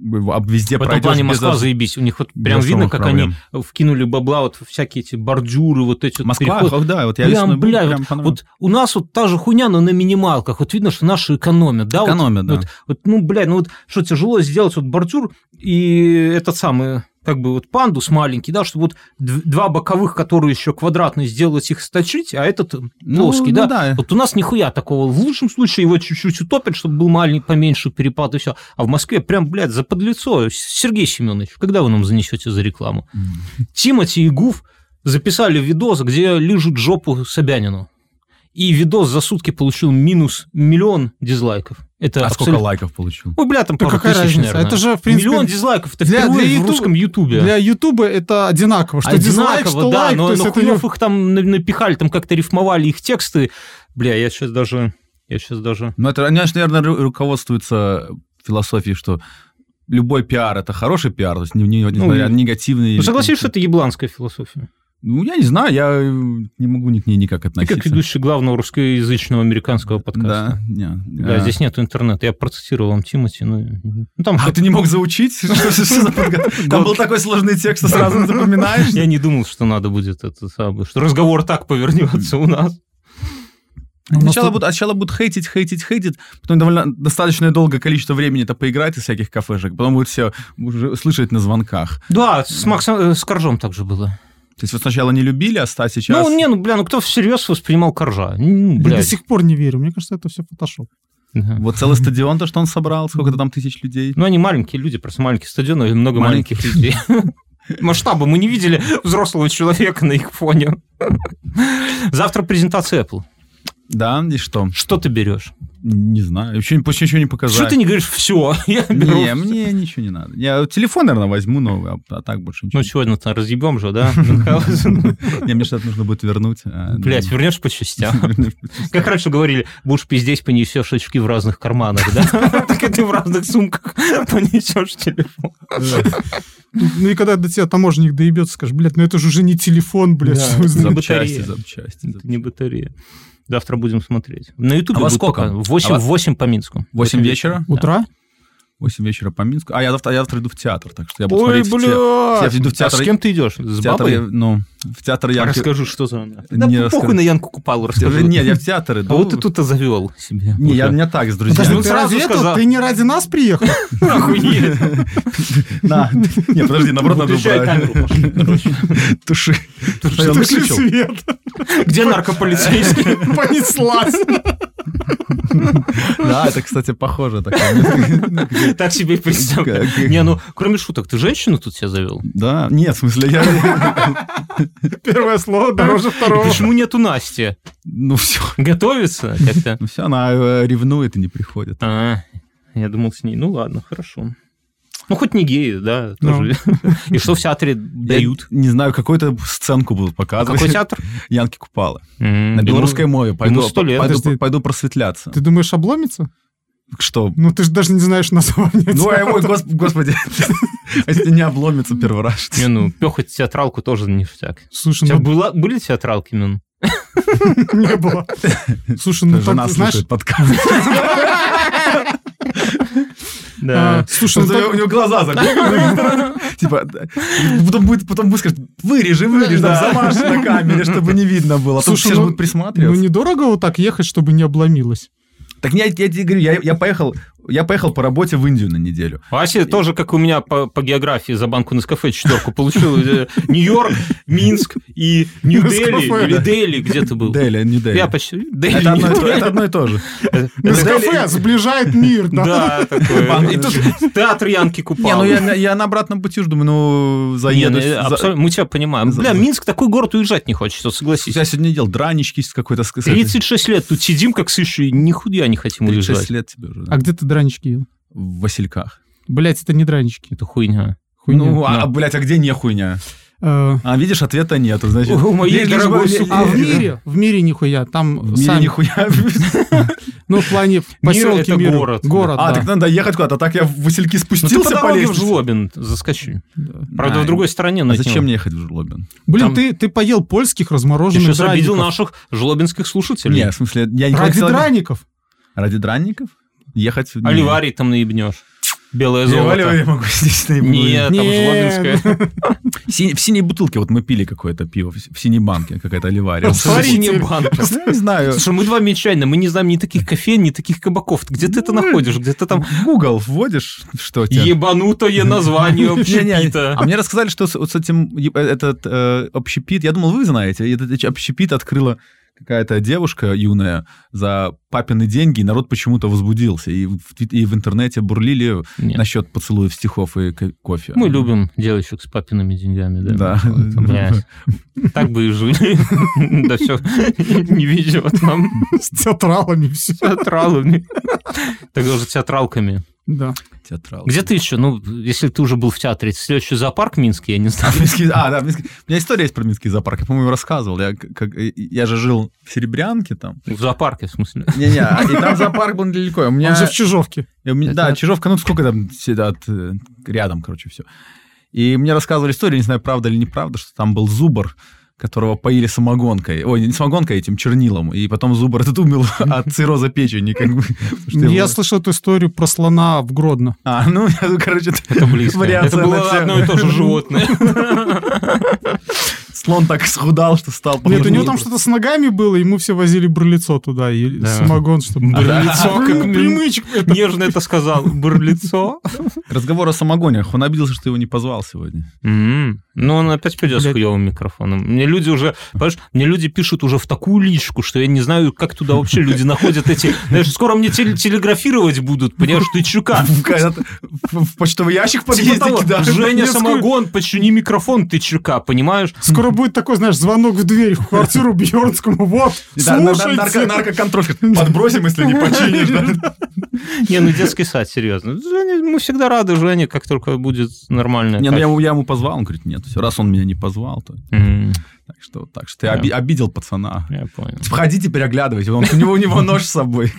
в- об- везде
В этом
пройдешь
плане
без
Москва
ос-
заебись. У них вот
без
прям видно,
особых
как
проблем.
они вкинули бабла вот во всякие эти бордюры, вот эти вот
Москва,
переходы.
ох, да, вот я
Прям,
весной был,
бля,
прям понравилось.
Вот у нас вот та же хуйня, но на минималках. Вот видно, что наши экономят, да? вот-
Экономят, да.
Вот, вот, ну, блядь, ну вот что тяжело сделать вот бордюр и этот самый как бы вот пандус маленький, да, чтобы вот дв- два боковых, которые еще квадратные, сделать их сточить, а этот
Ну,
плоский,
ну
да?
да.
Вот у нас нихуя такого. В лучшем случае его чуть-чуть утопят, чтобы был маленький, поменьше перепад и все. А в Москве прям, блядь, за подлицо. Сергей Семенович, когда вы нам занесете за рекламу? Тимати и Гуф записали видос, где лижут жопу Собянину. И видос за сутки получил минус миллион дизлайков. Это
А сколько
абсолютно-
лайков получил?
Ой, бля, там
Да
пару
какая
тысяч,
разница?
наверное.
Это же, в принципе,
Миллион дизлайков, это
для-
впервые
для
в
Ютуба-
русском Ютубе.
Для Ютуба это одинаково,
А
что дизлайк, что
да,
лайк.
но,
то есть
но
это
хуёв
не-
их там на- напихали, там как-то рифмовали их тексты. Бля, я сейчас даже... Я сейчас даже...
Ну, это, они, наверное, ру- руководствуются философией, что любой пиар – это хороший пиар, то есть не, не, несмотря
Ну, и-
на негативный...
Ну,
или
согласись,
там-
что это ебланская философия.
Ну, я не знаю, я э, не могу ни к ней никак
Ты
относиться.
как ведущий главного русскоязычного американского подкаста.
Да, не,
Да,
а.
здесь нет интернета. Я процитировал вам Тимати. Ну, ну, там
А
что-то-
ты не мог заучить? *laughs* Что- что- что за подготовка? Там был такой сложный текст, что сразу запоминаешь.
Я не думал, что надо будет это самое, что разговор так повернется у нас.
У нас
Сначала
тут-
будут, а сначала будут хейтить, хейтить, хейтить, потом довольно достаточно долгое количество времени это поиграть из всяких кафешек, потом будет все уже слышать на звонках.
Да, с Максом э, с Коржом так же было.
То есть вот сначала не любили, а ста сейчас...
Ну, не, ну, бля, ну кто всерьез воспринимал Коржа? Ну,
Я до
блядь.
сих пор не верю. Мне кажется, это все фотошоп.
Да.
Вот целый стадион, то, что он собрал, сколько-то там тысяч людей.
Ну, они маленькие люди, просто маленькие стадионы, и много
Маленьких
маленьких людей. *laughs* Масштабы мы не видели взрослого человека на их фоне. Завтра презентация Apple.
Да, и что?
Что ты берешь?
Не знаю, вообще почти ничего не показали.
Что ты не говоришь? Все, я беру.
Не, мне ничего не надо. Я телефон, наверное, возьму новый, а- а так больше ничего.
Ну, сегодня-то разъебем
*laughs*
же, да? Мюнхгаузен?
Не, мне что-то нужно будет вернуть. а,
Блять,
ну,
вернешь по частям. Как раньше говорили, будешь пиздеть, понесешь очки в разных карманах, да? *laughs* Так и ты в разных сумках *laughs* понесешь телефон.
а. *laughs*
Ну и когда до тебя таможенник доебется, скажешь, блядь, ну это же уже не телефон, блядь.
Да.
что вы знаете».
Запчасти,
батарея.
запчасти.
Это не батарея. Завтра будем смотреть. На Ютубе
А во
будет
сколько?
пока. В 8,
А во-
в 8 по Минску. В
Восемь
8
вечера?
Да.
Утра?
8 вечера по Минску. А я завтра, я завтра иду в театр, так что я буду
Ой,
смотреть в те-
бля!
Я иду в
А
театр.
с кем ты идешь? С
в театр. я-
бабой?
ну, в театр я...
Расскажу, что за она.
Не
Да похуй
расскажу.
на Янку Купалу расскажу.
Нет,
*laughs*
я в театр
А
иду.
вот ты
*laughs*
тут-то завел себе.
Не, я
Уже.
меня так, с *laughs*
Подожди,
друзьями.
Ну,
ты
сразу
ради этого-
сказал.
Ты не ради нас приехал?
Охуеть. *laughs*
На. *laughs* Не, подожди, наоборот, надо
Выключай ну, камеру,
убрать.
пошли. Короче.
*laughs* Туши.
Туши.
Я
Туши
выключил.
*laughs* свет.
*laughs*
Где наркополицейский?
Понеслась.
Да, это, кстати, похоже. *laughs* Ну, такое.
Так себе и представляю.
Как?
Не, ну, кроме шуток, ты женщину тут себя завел?
Да, нет, в смысле, я... *laughs*
Первое слово дороже второго.
Почему нету Насти?
Ну все,
Готовится как-то?
ну все, она э, ревнует и не приходит.
А, я думал с ней, ну ладно, хорошо. Ну, хоть не геи, да,
*laughs*
тоже. И что в театре дают?
Ну. Я Не знаю, какую-то сценку будут
А
показывать.
какой театр?
*laughs* Янки Купала.
На
На белорусской мове. Пойду,
сто лет.
пойду-
Подожди.
пойду просветляться.
Ты думаешь, обломится?
Что,
Ну ты же даже не знаешь название.
Ну, а его, гос- господи, *laughs* а если не обломится первый раз? что ли?
*laughs* Не, ну, пехать театралку тоже ништяк. У
Слушай,
тебя
ну
была, были театралки, Мин?
не было. Слушай, ну
Жена *laughs*
так, знаешь,
слушает подкаст.
Да.
А, Слушай, ну
Потому что
так-
у него глаза забегали. Типа, *laughs* да. потом будет, потом будет скажет, вырежи, вырежи, там замажь на камере, чтобы не видно было. А то
Слушай,
все же
ну-
будут
ну
присматриваться.
недорого вот так ехать, чтобы не обломилось.
Так я, я тебе говорю, я, я поехал, я поехал по работе в Индию на неделю.
Вася тоже, как у меня по, по географии за банку на кафе четверку получил. Э, Нью-Йорк, Минск и Нью-Дели.
Нескафе,
Или
да.
Дели, где ты был?
Дели, не Дели.
Я почти... Дели,
Это *laughs* одно, и то-
Нью-Дели.
это одно и то же.
Это-
Из кафе сближает мир, да?
Да, такое.
Банк.
И тут театр Янки
Не, ну
Купала.
я, на- я на обратном пути жду, ну
Не,
заеду.
ну,
за-
абсолютно, Мы тебя понимаем.
за-
Бля, Минск такой город уезжать не хочется, согласись.
Я сегодня делал дранички с какой-то... с- с-
36 лет, тут сидим как сыщи, нихуя не хотим
36
уезжать.
лет тебе уже. да.
А где ты дранички ел?
В Васильках.
Блять, это не дранички.
Это хуйня.
Хуйня.
Ну,
Да.
а, блядь, а где не хуйня?
Э,
А видишь, ответа нету, значит.
О, моей
лишь бы-
дорогой
лишь-
супруге.
А в мире? В мире нихуя. Там
В мире
сами-
*laughs*
нихуя.
Ну, в плане поселки
это
мира.
город.
Город,
А,
да.
так надо ехать куда-то. А так я в Васильки
Ну, ты по
спустился по
дороге в
лестнице.
Жлобин заскочи.
Да.
Правда,
Да,
в другой стороне, но
А
это не
зачем
важно.
мне ехать в Жлобин?
Блин,
Там-
ты, ты поел польских
Ты
размороженных
сейчас обидел
драников.
наших жлобинских слушателей.
Не, в смысле, я не
Ради
хотел...
драников?
Ради дранников? Ехать... в-
Оливарий там наебнешь. Белое
Не, в
золото.
Оливаре я могу здесь наебнуть.
Нет, там
Нет.
*laughs*
жлобинское.
В синей- в синей бутылке вот мы пили какое-то пиво, в синей банке какая-то оливария.
Смотри, не банк.
Я не
*laughs*
знаю.
Слушай, мы два мещанина, мы не знаем ни таких кофеин, ни таких кабаков. Где ты это
Ну,
находишь? Где
*laughs*
ты там
В Google вводишь, что тебе...
ебанутое
*laughs*
название
Не-не,
общепита?
А мне рассказали, что с, вот с этим е- этот э, общепит, я думал, вы знаете, этот ч- общепит открыла какая-то девушка юная за папины деньги, и народ почему-то возбудился. И в, твит- и в интернете бурлили
Нет.
насчет поцелуев стихов и ко- кофе.
Мы любим девочек с папиными деньгами, да.
Да.
Блядь.
*laughs*
Так бы и жили. *laughs* Да все, *laughs* не везет нам
*laughs* С театралами все.
с театралами. *laughs* Так уже театралками.
Да.
Театрал.
Где ты еще? Ну, если ты уже был в театре, это следующий зоопарк Минский, я не знаю. *laughs*
Минский- а, да, Минский- У меня история есть про Минский зоопарк. Я, по-моему, рассказывал. Я, к- как- я же жил в Серебрянке там.
В зоопарке, в смысле.
Не-не, а- и там зоопарк был недалеко. У меня...
Он же в Чижовке.
И у меня-
Это-
Да, Чижовка, ну сколько там всегда от, э, рядом, короче, все. И мне рассказывали историю, не знаю, правда или неправда, что там был зубр, которого поили самогонкой. Ой, не самогонкой, а этим чернилом. И потом зубр этот умер *laughs* от цирроза печени. Как бы, Потому что
Ну, Я
его-
слышал эту историю про слона в Гродно.
А, ну, короче,
Это близко. Это
вариация на
было
тему.
одно и то же животное.
*laughs* слон так схудал, что стал...
Нет, у него там что-то с ногами было, ему все возили брылицо туда, и
Да.
самогон, чтобы...
Брыльцо,
А,
как
блин, Примычка. это.
Нежно это сказал. Бурлицо.
Разговор о самогонях. Он обиделся, что его не позвал
*laughs*
сегодня.
Мгм. Ну, он опять придет с
Блядь.
хуевым микрофоном. Мне люди уже, понимаешь, мне люди пишут уже в такую личку, что я не знаю, как туда
*laughs*
вообще люди находят эти... Знаешь, скоро мне теле- телеграфировать будут, понимаешь, ты чука.
В, когда-то в- в почтовый ящик в
Типа
подъезде
того,
кидал.
Женя
Мне
Самогон, почини микрофон, ты чука, понимаешь?
Скоро будет такой, знаешь, звонок в дверь в квартиру Бьернскому. Вот,
Да, на- на- нарко-
слушайте.
наркоконтроль. Подбросим, если не починишь. да.
Не, ну детский сад, серьезно. Женя, мы всегда рады, Женя, как только будет нормально.
Не, ну я, ему- я ему позвал, он говорит, нет, все, раз он меня не позвал, то так что, так что ты оби-
Хм. Да.
обидел пацана.
Я понял.
Входи теперь оглядывайся, он- у него у
*laughs*
него нож с собой.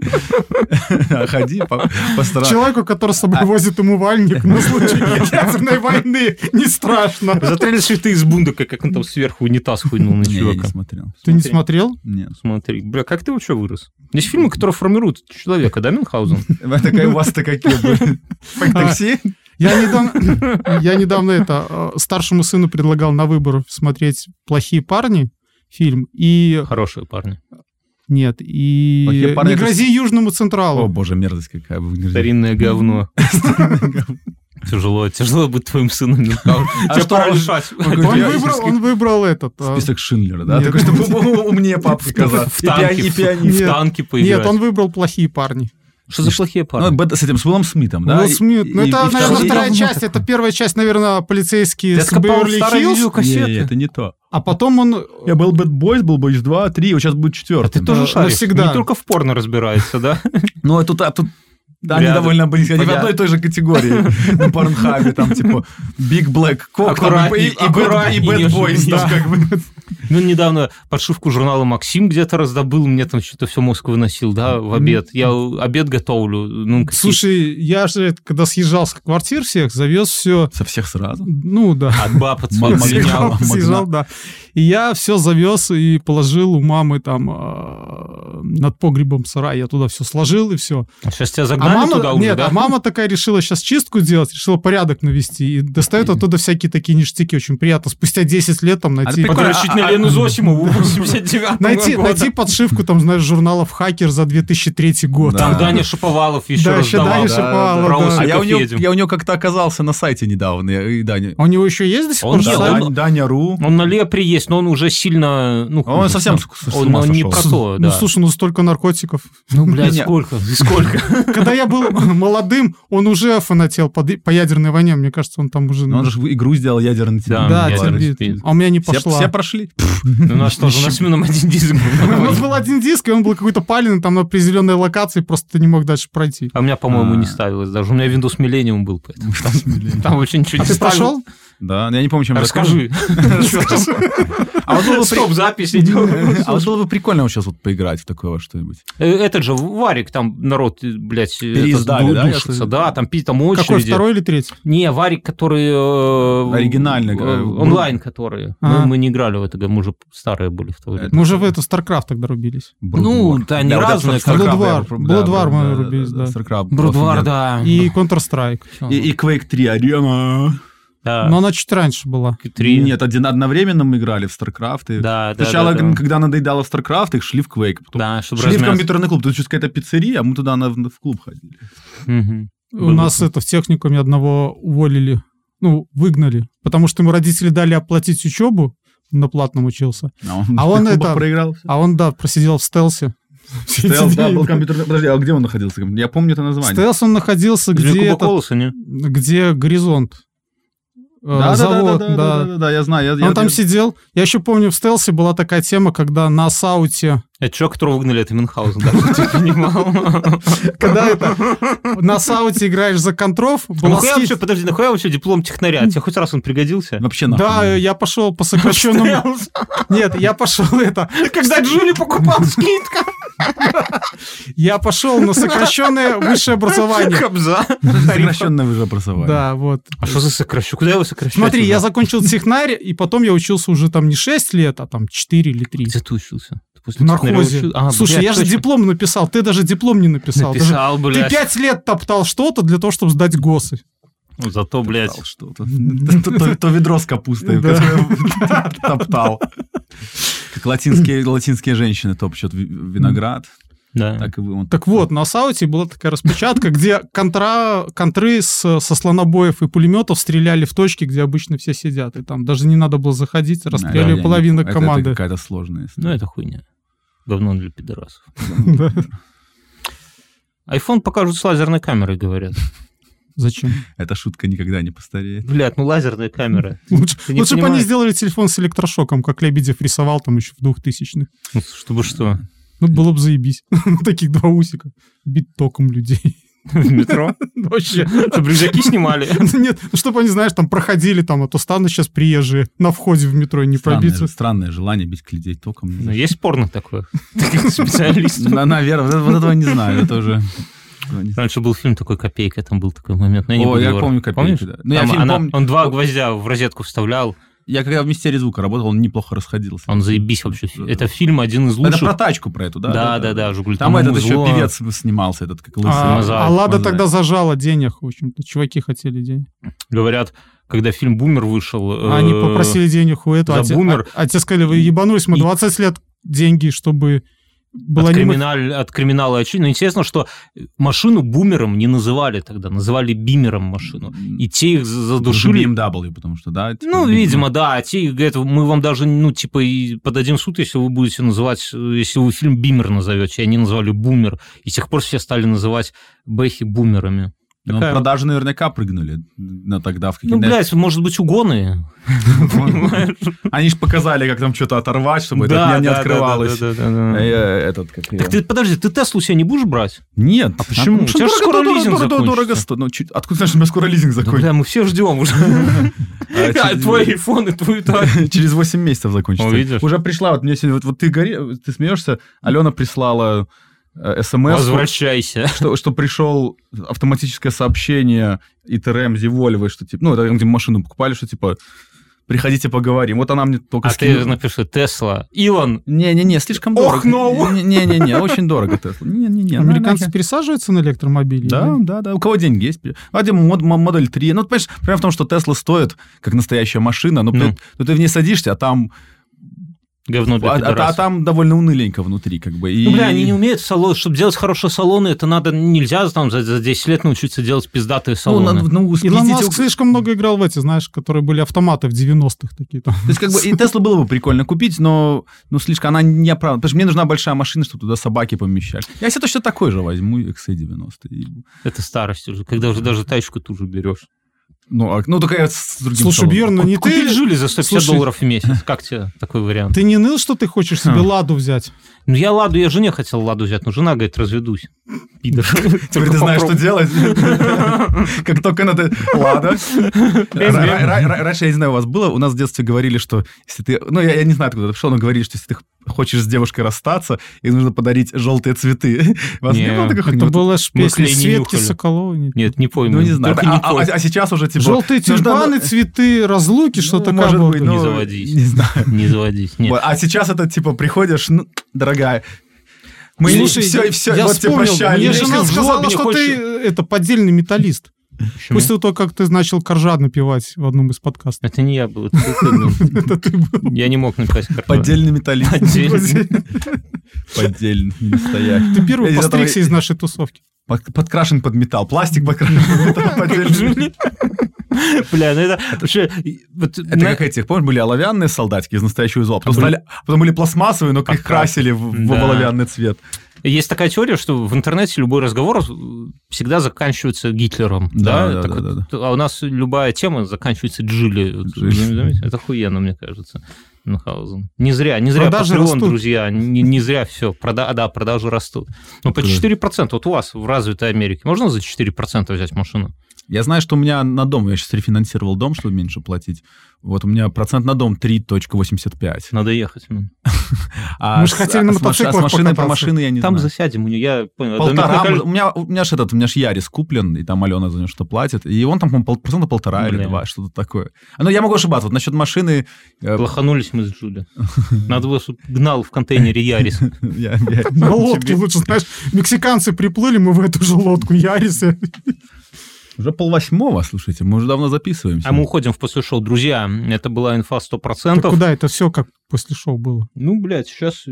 *laughs* Ходи по по сторонам.
Человеку, который с собой возит умывальник на *laughs* случай ядерной войны, не страшно.
Застряли цветы из бундука, как он там сверху унитаз хуйнул *laughs* на
Не, я не
чувака.
смотрел.
Ты не смотрел?
Нет.
Смотри, бля, как ты вообще вырос? Есть фильмы, которые формируют человека, да, Мюнхгаузен? *laughs*
Вы такая, У вас-то какие были?
А.
Фак Такси?
Я недавно, *coughs* я недавно это э, старшему сыну предлагал на выбор смотреть «Плохие парни» фильм и...
Хорошие парни.
Нет, и...
«Плохие парни»
«Не
это-
грози Южному Централу».
О, боже, мерзость какая. вы говорите.
Старинное говно. *laughs* Тяжело, тяжело быть твоим сыном. Мюнхгаузен.
А
Тебя
что
пора
он-
*laughs* лишать.
он говорит,
Он
Я
выбрал, он выбрал этот. а,
Список Шиндлера, да?
Нет.
Такой, чтобы
*laughs*
умнее папы казаться.
В танки,
И Ну,
в-
пианист.
в
Нет.
танки
Нет, он
поиграть.
выбрал плохие парни.
Что за плохие
Ну,
парни?
Бэт- с этим, с Уиллом Смитом, да?
Уилл
И-
Смит. Ну,
и-
это,
и
наверное,
второй-
вторая часть. Это первая часть, наверное, полицейские
Ты
с
откопал старые
Беверли-Хиллз.
Не,
видеокассеты.
это не то.
А потом он...
Я был Bad Boys, был Boys 2, 3, вот сейчас будет
А
четвертый.
ты тоже
Да,
шаришь.
навсегда.
Не только в порно разбирается, да?
Ну, а тут, а тут да, они
Рядом.
довольно близко. Они в
Понятно.
одной и той же категории. На Порнхабе там, типа, Big Black Cock там, и-
Аккуратней,
и Bad- и
аккуратней,
Bad Boys.
нежели-
там, как бы.
Ну, недавно подшивку журнала «Максим» где-то раздобыл, мне там что-то все мозг выносил, да, в обед. Я обед готовлю. Ну, какие-
Слушай, я же, когда съезжал с квартир всех, завез все...
Со всех сразу?
Ну, да.
От баб, от своих
Мама,
слинял.
мама.
Съезжал, да. И я все завез и положил у мамы там э, над погребом сарай. Я туда все сложил и все.
Сейчас тебя
А
загнали
мама,
туда уже,
нет,
да?
а мама такая решила сейчас чистку делать, решила порядок навести. И достает оттуда всякие такие ништяки. Очень приятно. Спустя 10 лет там найти...
прикольно.
Подрочить на
А- а-
Лену Зосимову в 89
типа- Найти,
года.
найти подшивку, там, знаешь, журналов «Хакер» за 2003 год.
Да.
Там Даня Шаповалов еще
Да,
раз
еще
давал.
Даня
да.
Шаповалов,
Про
да.
А
Осипов
я у, него,
едем.
я у него как-то оказался на сайте недавно, я- и Даня...
А У него еще есть до сих
Он
пор Ну,
да,
сайт?
он-
Дань- Даня.ру.
Он на Лепре есть, но он уже сильно... Ну,
Он
хуже.
совсем с- с
Он-
ума
он не
сошел.
про то,
Ну,
да.
слушай, ну столько наркотиков.
Ну, блядь,
Не-не.
сколько? Сколько?
Когда я был *laughs* молодым, он уже фанател по, по ядерной войне. Мне кажется, он там уже...
Но он же игру сделал ядерный тебе.
*laughs* Да,
да,
ядерный
терпит.
спид.
А у меня не
Все,
пошла.
все прошли.
Ну, у нас тоже, у нас минимум один диск был.
У нас был один диск, и он был какой-то пален, там на определенной локации, просто ты не мог дальше пройти.
А у меня, по-моему, не
А.
ставилось даже. У меня Windows Millennium был, поэтому там- там вообще ничего
А
не
ты
ставилось.
прошел?
Да, я не помню, чем я
Расскажи.
закончил. А вот было бы при-
Стоп, запись идет.
а вот было бы прикольно вот сейчас вот поиграть в такое во что-нибудь.
Э, Этот же Варик, там народ, э, блядь, э,
Переиздали,
этот, ду-
да, я
душится,
слышал?
да, там пи- там
Какой,
очереди.
второй или третий?
Не, Варик, который... э,
Оригинальный,
э,
э,
Онлайн, который.
А. Э,
Мы мы не играли в это, мы уже старые были в то время.
Мы уже в эту StarCraft тогда рубились.
Ну, да, они разные, как-
Bloodwar. Bloodwar мы рубились, да.
Брудвар, да.
И Counter-Strike.
И, и Quake 3 Арена.
Да.
Но она чуть раньше была.
Три.
Нет, один, одновременно мы играли в StarCraft. и-
Да, да,
Сначала,
да, да.
когда надоедало в StarCraft, их шли в Quake. Потом
Да, чтобы
шли в
размяться.
компьютерный клуб. Тут сейчас какая-то пиццерия, а мы туда на- в клуб ходили.
Мгм.
У нас это в техникуме одного уволили, ну, выгнали, потому что ему родители дали оплатить учебу, на платном учился,
он, *laughs*
А
в
он
клубах
это-
проиграл. всё.
а он, да, просидел в стелсе. *laughs* Все эти
Стелс, да,
дни.
был компьютерный... Подожди, а где он находился? Я помню это название.
Стелс он находился,
Жили
где,
Куба
этот-
Колоса, не?
где горизонт. Э,
Да, да, да, да,
завод,
да, да, да, да, я знаю. я- я-
Он Ну, там
я-
сидел. Я еще помню, в стелсе была такая тема, когда на сауте...
Это человек, которого выгнали от Мюнхгаузен, да, чтобы ты *laughs* понимал. Ну,
*laughs*
Когда это... На сауте играешь за контров.
Ну,
была
нахуя
скид-
вообще, подожди, нахуя вообще диплом технаря? Тебе хоть раз он пригодился?
Вообще нахуй.
Да, я пошел по сокращенному... Нет, я пошел это...
Когда Джули
*laughs*
покупал скидка.
Я пошел на сокращенное высшее образование.
Кобза.
Сокращенное уже образование.
Да, вот.
А что за сокращу? Куда его сокращать?
Смотри,
уже?
я закончил технарь, и потом я учился уже там не 6 лет, а там 4 или 3.
Где ты учился? Ты
В
после технаря
нархозе.
учился? А,
Слушай,
блядь,
я же
точно.
диплом написал, ты даже диплом не написал. Даже-
Написал,
Ты
блядь.
5 лет топтал что-то для того, чтобы сдать ГОСы.
Ну, Зато, блядь.
Топтал что-то. То- то- То ведро с капустой,
Да.
которое топтал. Как латинские, латинские женщины топчут ви- виноград,
Да.
так и вы. он
Так вот, на Сауте была такая распечатка, где контра, контры с- со слонобоев и пулеметов стреляли в точки, где обычно все сидят. И там даже не надо было заходить,
Да, я
расстреляли
не
половину
помню. Это- Это
команды.
какая-то сложная
Ну,
история.
это хуйня. Говно для пидорасов.
*laughs* Да.
Айфон покажут с лазерной камерой, говорят.
Зачем?
Эта шутка никогда не постареет.
Блядь, ну лазерная камера.
Лучше,
Ты не
лучше бы они
понимаешь.
сделали телефон с электрошоком, как Лебедев рисовал там еще в 2000-х.
Ну,
*laughs*
Чтобы что?
Ну, было бы заебись. *laughs* Таких два усика. Бит током людей. *laughs* Ну,
В метро?
Вообще. *laughs*
Чтобы рюкзаки снимали.
Нет, ну чтобы они, знаешь, там проходили, там, а то станут сейчас приезжие на входе в метро и не
Странное,
пробиться.
странное желание бить людей током.
Ну, Есть
*laughs*
порно такое? Таких специалистов.
Да, наверное, вот это- вот этого не знаю, это уже...
Раньше был фильм такой «Копейка», там был такой момент. но не
О,
буду
я
его-
помню «Копейку»,
Помнишь?
да. Ну, я
Там
фильм
она-
помню.
Он два гвоздя в розетку вставлял,
Я когда в «Мистерии звука» работал, он неплохо расходился.
он заебись вообще.
Да.
Это фильм один из
Это
лучших.
про тачку про эту, да?
Да, да, да, «Жигули».
Там этот еще
музло.
певец снимался, этот как лысый.
А,
мозаик,
а Лада
мозаик.
тогда зажала денег, в общем-то. Чуваки хотели денег.
Говорят, когда фильм «Бумер» вышел...
А они
э,
попросили денег у этого.
за
а те-
бумер.
А, а те сказали, вы ебанулись, мы
И-
20 лет деньги, чтобы была
от,
не
криминаль- от криминала очи. Но интересно, что машину бумером не называли тогда, называли бимером машину. И те их за- задушили.
BMW, потому что, да? типа,
Ну,
бим-
видимо, да. А те говорят, мы вам даже, ну, типа, и подадим в суд, если вы будете называть, э, если вы фильм «Бимер» назовете, и они назвали «Бумер». И с тех пор все стали называть Бэхи бумерами.
Ну,
такая-
продажи наверняка прыгнули на тогда в
Ну,
какие-то...
блядь, может быть, угоны?
Они же показали, как там что-то оторвать, чтобы это
Да,
не- не
да, да,
открывалось.
да, да, да,
Э,
да.
Этот, как
Так
её?
ты, подожди, ты Теслу себе не будешь брать?
Нет.
А почему?
Ну,
У тебя же
дорого,
скоро
дорого,
лизинг
дорого,
закончится.
дорого стоит. Ну, чуть- Откуда знаешь, у меня скоро лизинг
Да,
закончится?
Ну, бля, мы все
*laughs*
ждем уже.
А,
Да,
через-
Твой iPhone и твою
*laughs*
тачку.
Через 8 месяцев закончится.
О, видишь?
Уже пришла, вот мне сегодня, вот, вот ты, гори, ты смеешься, Алена прислала э, смс,
Возвращайся.
что, что пришел автоматическое сообщение ИТРМ Зиволевой, что типа, ну, это где машину покупали, что типа приходите поговорим. Вот она мне только
А ты
скинула.
напиши Тесла. Илон,
Не-не-не, слишком
Ох,
дорого.
ну!
no.
Не- Не-не-не, очень дорого Тесла. Не-не-не. она-
Американцы пересаживаются на электромобили?
Да, да, да. У кого деньги есть? А где мод- м- модель 3? Ну, понимаешь, прямо в том, что Тесла стоит, как настоящая машина, но
Ну.
ты, но ты в ней садишься, а там,
говно для
а, а- а
пидорасов.
там довольно уныленько внутри, как бы. И...
Ну, бля, они не умеют салон, чтобы делать хорошие салоны, это надо, нельзя там за, за 10 лет научиться делать пиздатые
Ну,
салоны.
надо- ну,
Илон
ездите-
Маск слишком много играл в эти, знаешь, которые были автоматы в 90-х такие там.
То есть, как бы, и Теслу было бы прикольно купить, но ну, слишком она не оправдана. Потому что мне нужна большая машина, чтобы туда собаки помещали. Я себе точно такой же возьму, XC90. И-
Это старость уже, когда уже даже тачку ту же берешь.
Ну, а- ну, только я с другим
Слушай,
салоном.
Бьерн, ну не
Купи
ты...
Жигули за 150
Слушай.
долларов в месяц, как тебе такой вариант?
Ты не ныл, что ты хочешь себе
Ха.
ладу взять?
Ну, я Ладу, я жене хотел Ладу взять, но жена говорит, разведусь. Пидор.
*laughs* Теперь ты знаешь, что делать. *laughs* Как только надо... Ладно. Ра- ра- ра- ра- Раньше, я не знаю, у вас было, у нас в детстве говорили, что если ты... Ну, я я не знаю, откуда это пришло, но говорили, что если ты хочешь с девушой расстаться, ей нужно подарить желтые цветы. *laughs* У вас не
Не,
было такой хуйни?
Это было ж
мы
песня
клей не
Светки
нюхали.
Соколовой. не-
Нет, не ну, пойму.
Ну, не знаю.
Только
А
не
а-
пой.
а сейчас уже типа...
Желтые
нужно-
тюрбаны, цветы, разлуки,
Ну,
что-то
может быть,
такое.
ну,
заводись.
Не знаю.
*laughs*
Не заводись, нет.
Вот, А сейчас это типа приходишь, ну, дорогая, мы
Слушай,
все, все,
я
вот тебе
вспомнил,
прощали.
мне
Если
жена
в
сказала,
жлобе не
что
хочешь-
ты э, это поддельный металлист.
Почему?
После того, как ты начал коржа напивать в одном из подкастов.
Это не я был, это ты был.
*laughs*
Это ты был.
Я не мог написать коржа.
Поддельный металлист.
Поддельный.
*laughs* Поддельный, не настоящий.
Ты
Я
первый
из-за того-
постригся из нашей
*laughs*
тусовки.
Под- Подкрашен под металл, пластик подкрашен под металл.
*laughs*
поддельный.
Бля, ну это вообще... вот
Это
на-
как этих, помнишь, были оловянные солдатики из настоящего зла, потом,
А были-
стали, потом были пластмассовые,
А
но их красили
Покрасили.
в, в
Да.
оловянный цвет.
Есть такая теория, что в интернете любой разговор всегда заканчивается Гитлером.
Да,
Да,
да,
Так
да,
вот,
да,
А у нас любая тема заканчивается Джили. Вот,
Джили.
вы не заметили? Это охуенно, мне кажется. Мюнхгаузен. Не зря, не зря
Продажи
Patreon,
растут.
друзья, не, не зря все. Прода, да, продажи растут. Но по
Да.
4%. Вот у вас в развитой Америке можно за 4% взять машину?
Я знаю, что у меня на дом, я сейчас рефинансировал дом, чтобы меньше платить, вот у меня процент на дом 3.85.
Надо ехать. ну. Мин.
А
Мы же
с-
хотели на
а с маш- а с
мотоциклах
машиной про
покататься.
машины я не
Там
знаю.
засядем. у неё, Я понял.
Полтора.
Домик на
может, У меня, у меня ж этот, у меня ж Ярис куплен, и там Алена за него что-то платит. И он там, по-моему, пол- процента полтора или
Блин.
два, что-то такое. А, Ну, я могу ошибаться. Вот насчет машины... э,
Лоханулись мы с Джули. Надо было, чтобы гнал в контейнере Ярис.
*laughs* я- я-
На лодке лучше, знаешь, мексиканцы приплыли, мы в эту же лодку э, ярисы.
Уже полвосьмого, слушайте, мы уже давно записываемся.
А мы уходим в после шоу. Друзья, это была инфа 100%.
Куда это все как после шоу было?
Ну, блядь, сейчас...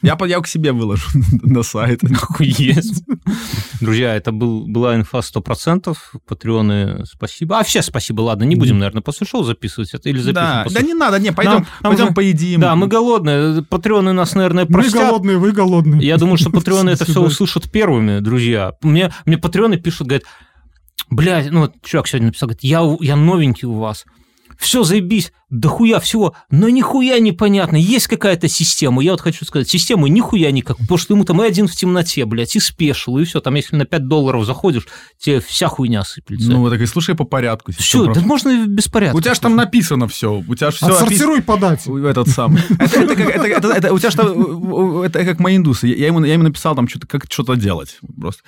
Я, по- я к себе выложу *laughs* на сайт. *laughs*
есть. Друзья, это был, была инфа 100%. Патреоны, спасибо. А, все спасибо, ладно, не будем, наверное, после шоу записывать это или запишем
Да,
после
да не надо, не, пойдем,
Нам- нам
пойдем
уже-
поедим. Ну,
Да, мы голодные. Патреоны нас, наверное,
Мы
простят.
голодные, вы голодные. *laughs*
Я
*laughs*
думаю, что патреоны это все
Спасибо.
услышат первыми, друзья. Мне, мне патреоны пишут, говорят, блядь, ну вот чувак сегодня написал, говорит, я, у- я новенький у вас. Все, заебись, дохуя всего, но нихуя непонятно, есть какая-то система. Я вот хочу сказать, системы нихуя никак, потому что ему там и один в темноте, блядь, и спешил, и все, там если на 5 долларов заходишь, тебе вся хуйня сыплется.
Ну, вот так и слушай по порядку. сейчас
все,
просто-
да можно и без порядка.
У тебя же там написано все. У тебя же все
Отсортируй подать.
Этот сам. *laughs* Это, это как- это- это- это- у тебя что, это как мои индусы. Я ему, я ему написал там что-то, как что-то делать просто.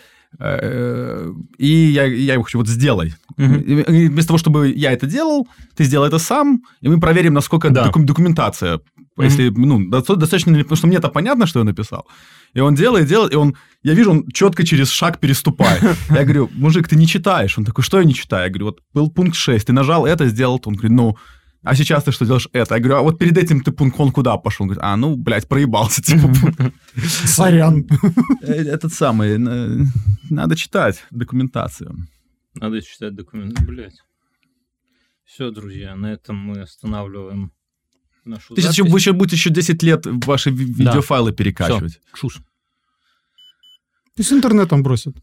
Э, И я, я ему хочу, вот сделай.
Мгм.
И- и Вместо того, чтобы я это делал, ты сделай это сам, и мы проверим, насколько
Да.
доку- документация. Если, ну, доста- достаточно ли, потому что мне-то понятно, что я написал. И он делает, делает, и он, я вижу, он четко через шаг переступает. Я говорю, мужик, ты не читаешь. Он такой, что я не читаю? Я говорю, вот был пункт 6, ты нажал это, сделал то. Он говорит, ну, а сейчас ты что делаешь это? Я говорю, а вот перед этим ты пункт, он куда пошел? Он говорит, а, ну, блядь, проебался. Типа,
Сорян.
Э, этот самый, э, надо читать документацию.
Надо читать документы, Ну, блядь. Все, друзья, на этом мы останавливаем нашу
Ты сейчас еще,
запись.
вы еще будете еще 10 лет ваши ви-
Да.
видеофайлы перекачивать.
Чушь.
Ты с интернетом бросит.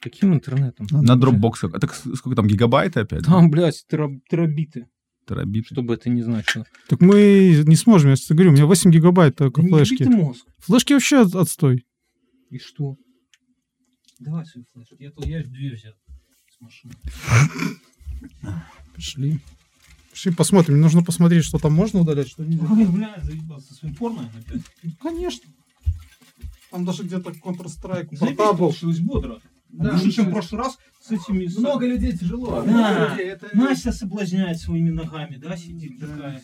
Каким интернетом?
На дропбоксах. Это к- сколько там, гигабайты опять?
Ну, Там, блядь, тера- терабиты,
Терабит.
что бы это ни значило.
Так мы не сможем, я тебе говорю, у меня 8 гигабайт только
Да не еби ты
флешки.
мозг.
Флешки вообще от- отстой.
И что? Давай свою флешку. Я, тут- я ж две взял с машины.
Пошли. Пошли посмотрим. Нужно посмотреть, что там можно удалять, что нельзя.
Ой, блядь, заебался своим порно опять.
Ну, конечно. Там даже где-то Counter-Strike,
Заебись, получилось бодро. больше, чем в
Настя-
прошлый раз, с этими... с-
Много людей тяжело.
Да.
Много людей, это...
Настя соблазняет своими ногами, да, сидит такая.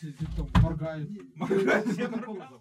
Моргает.
Моргает.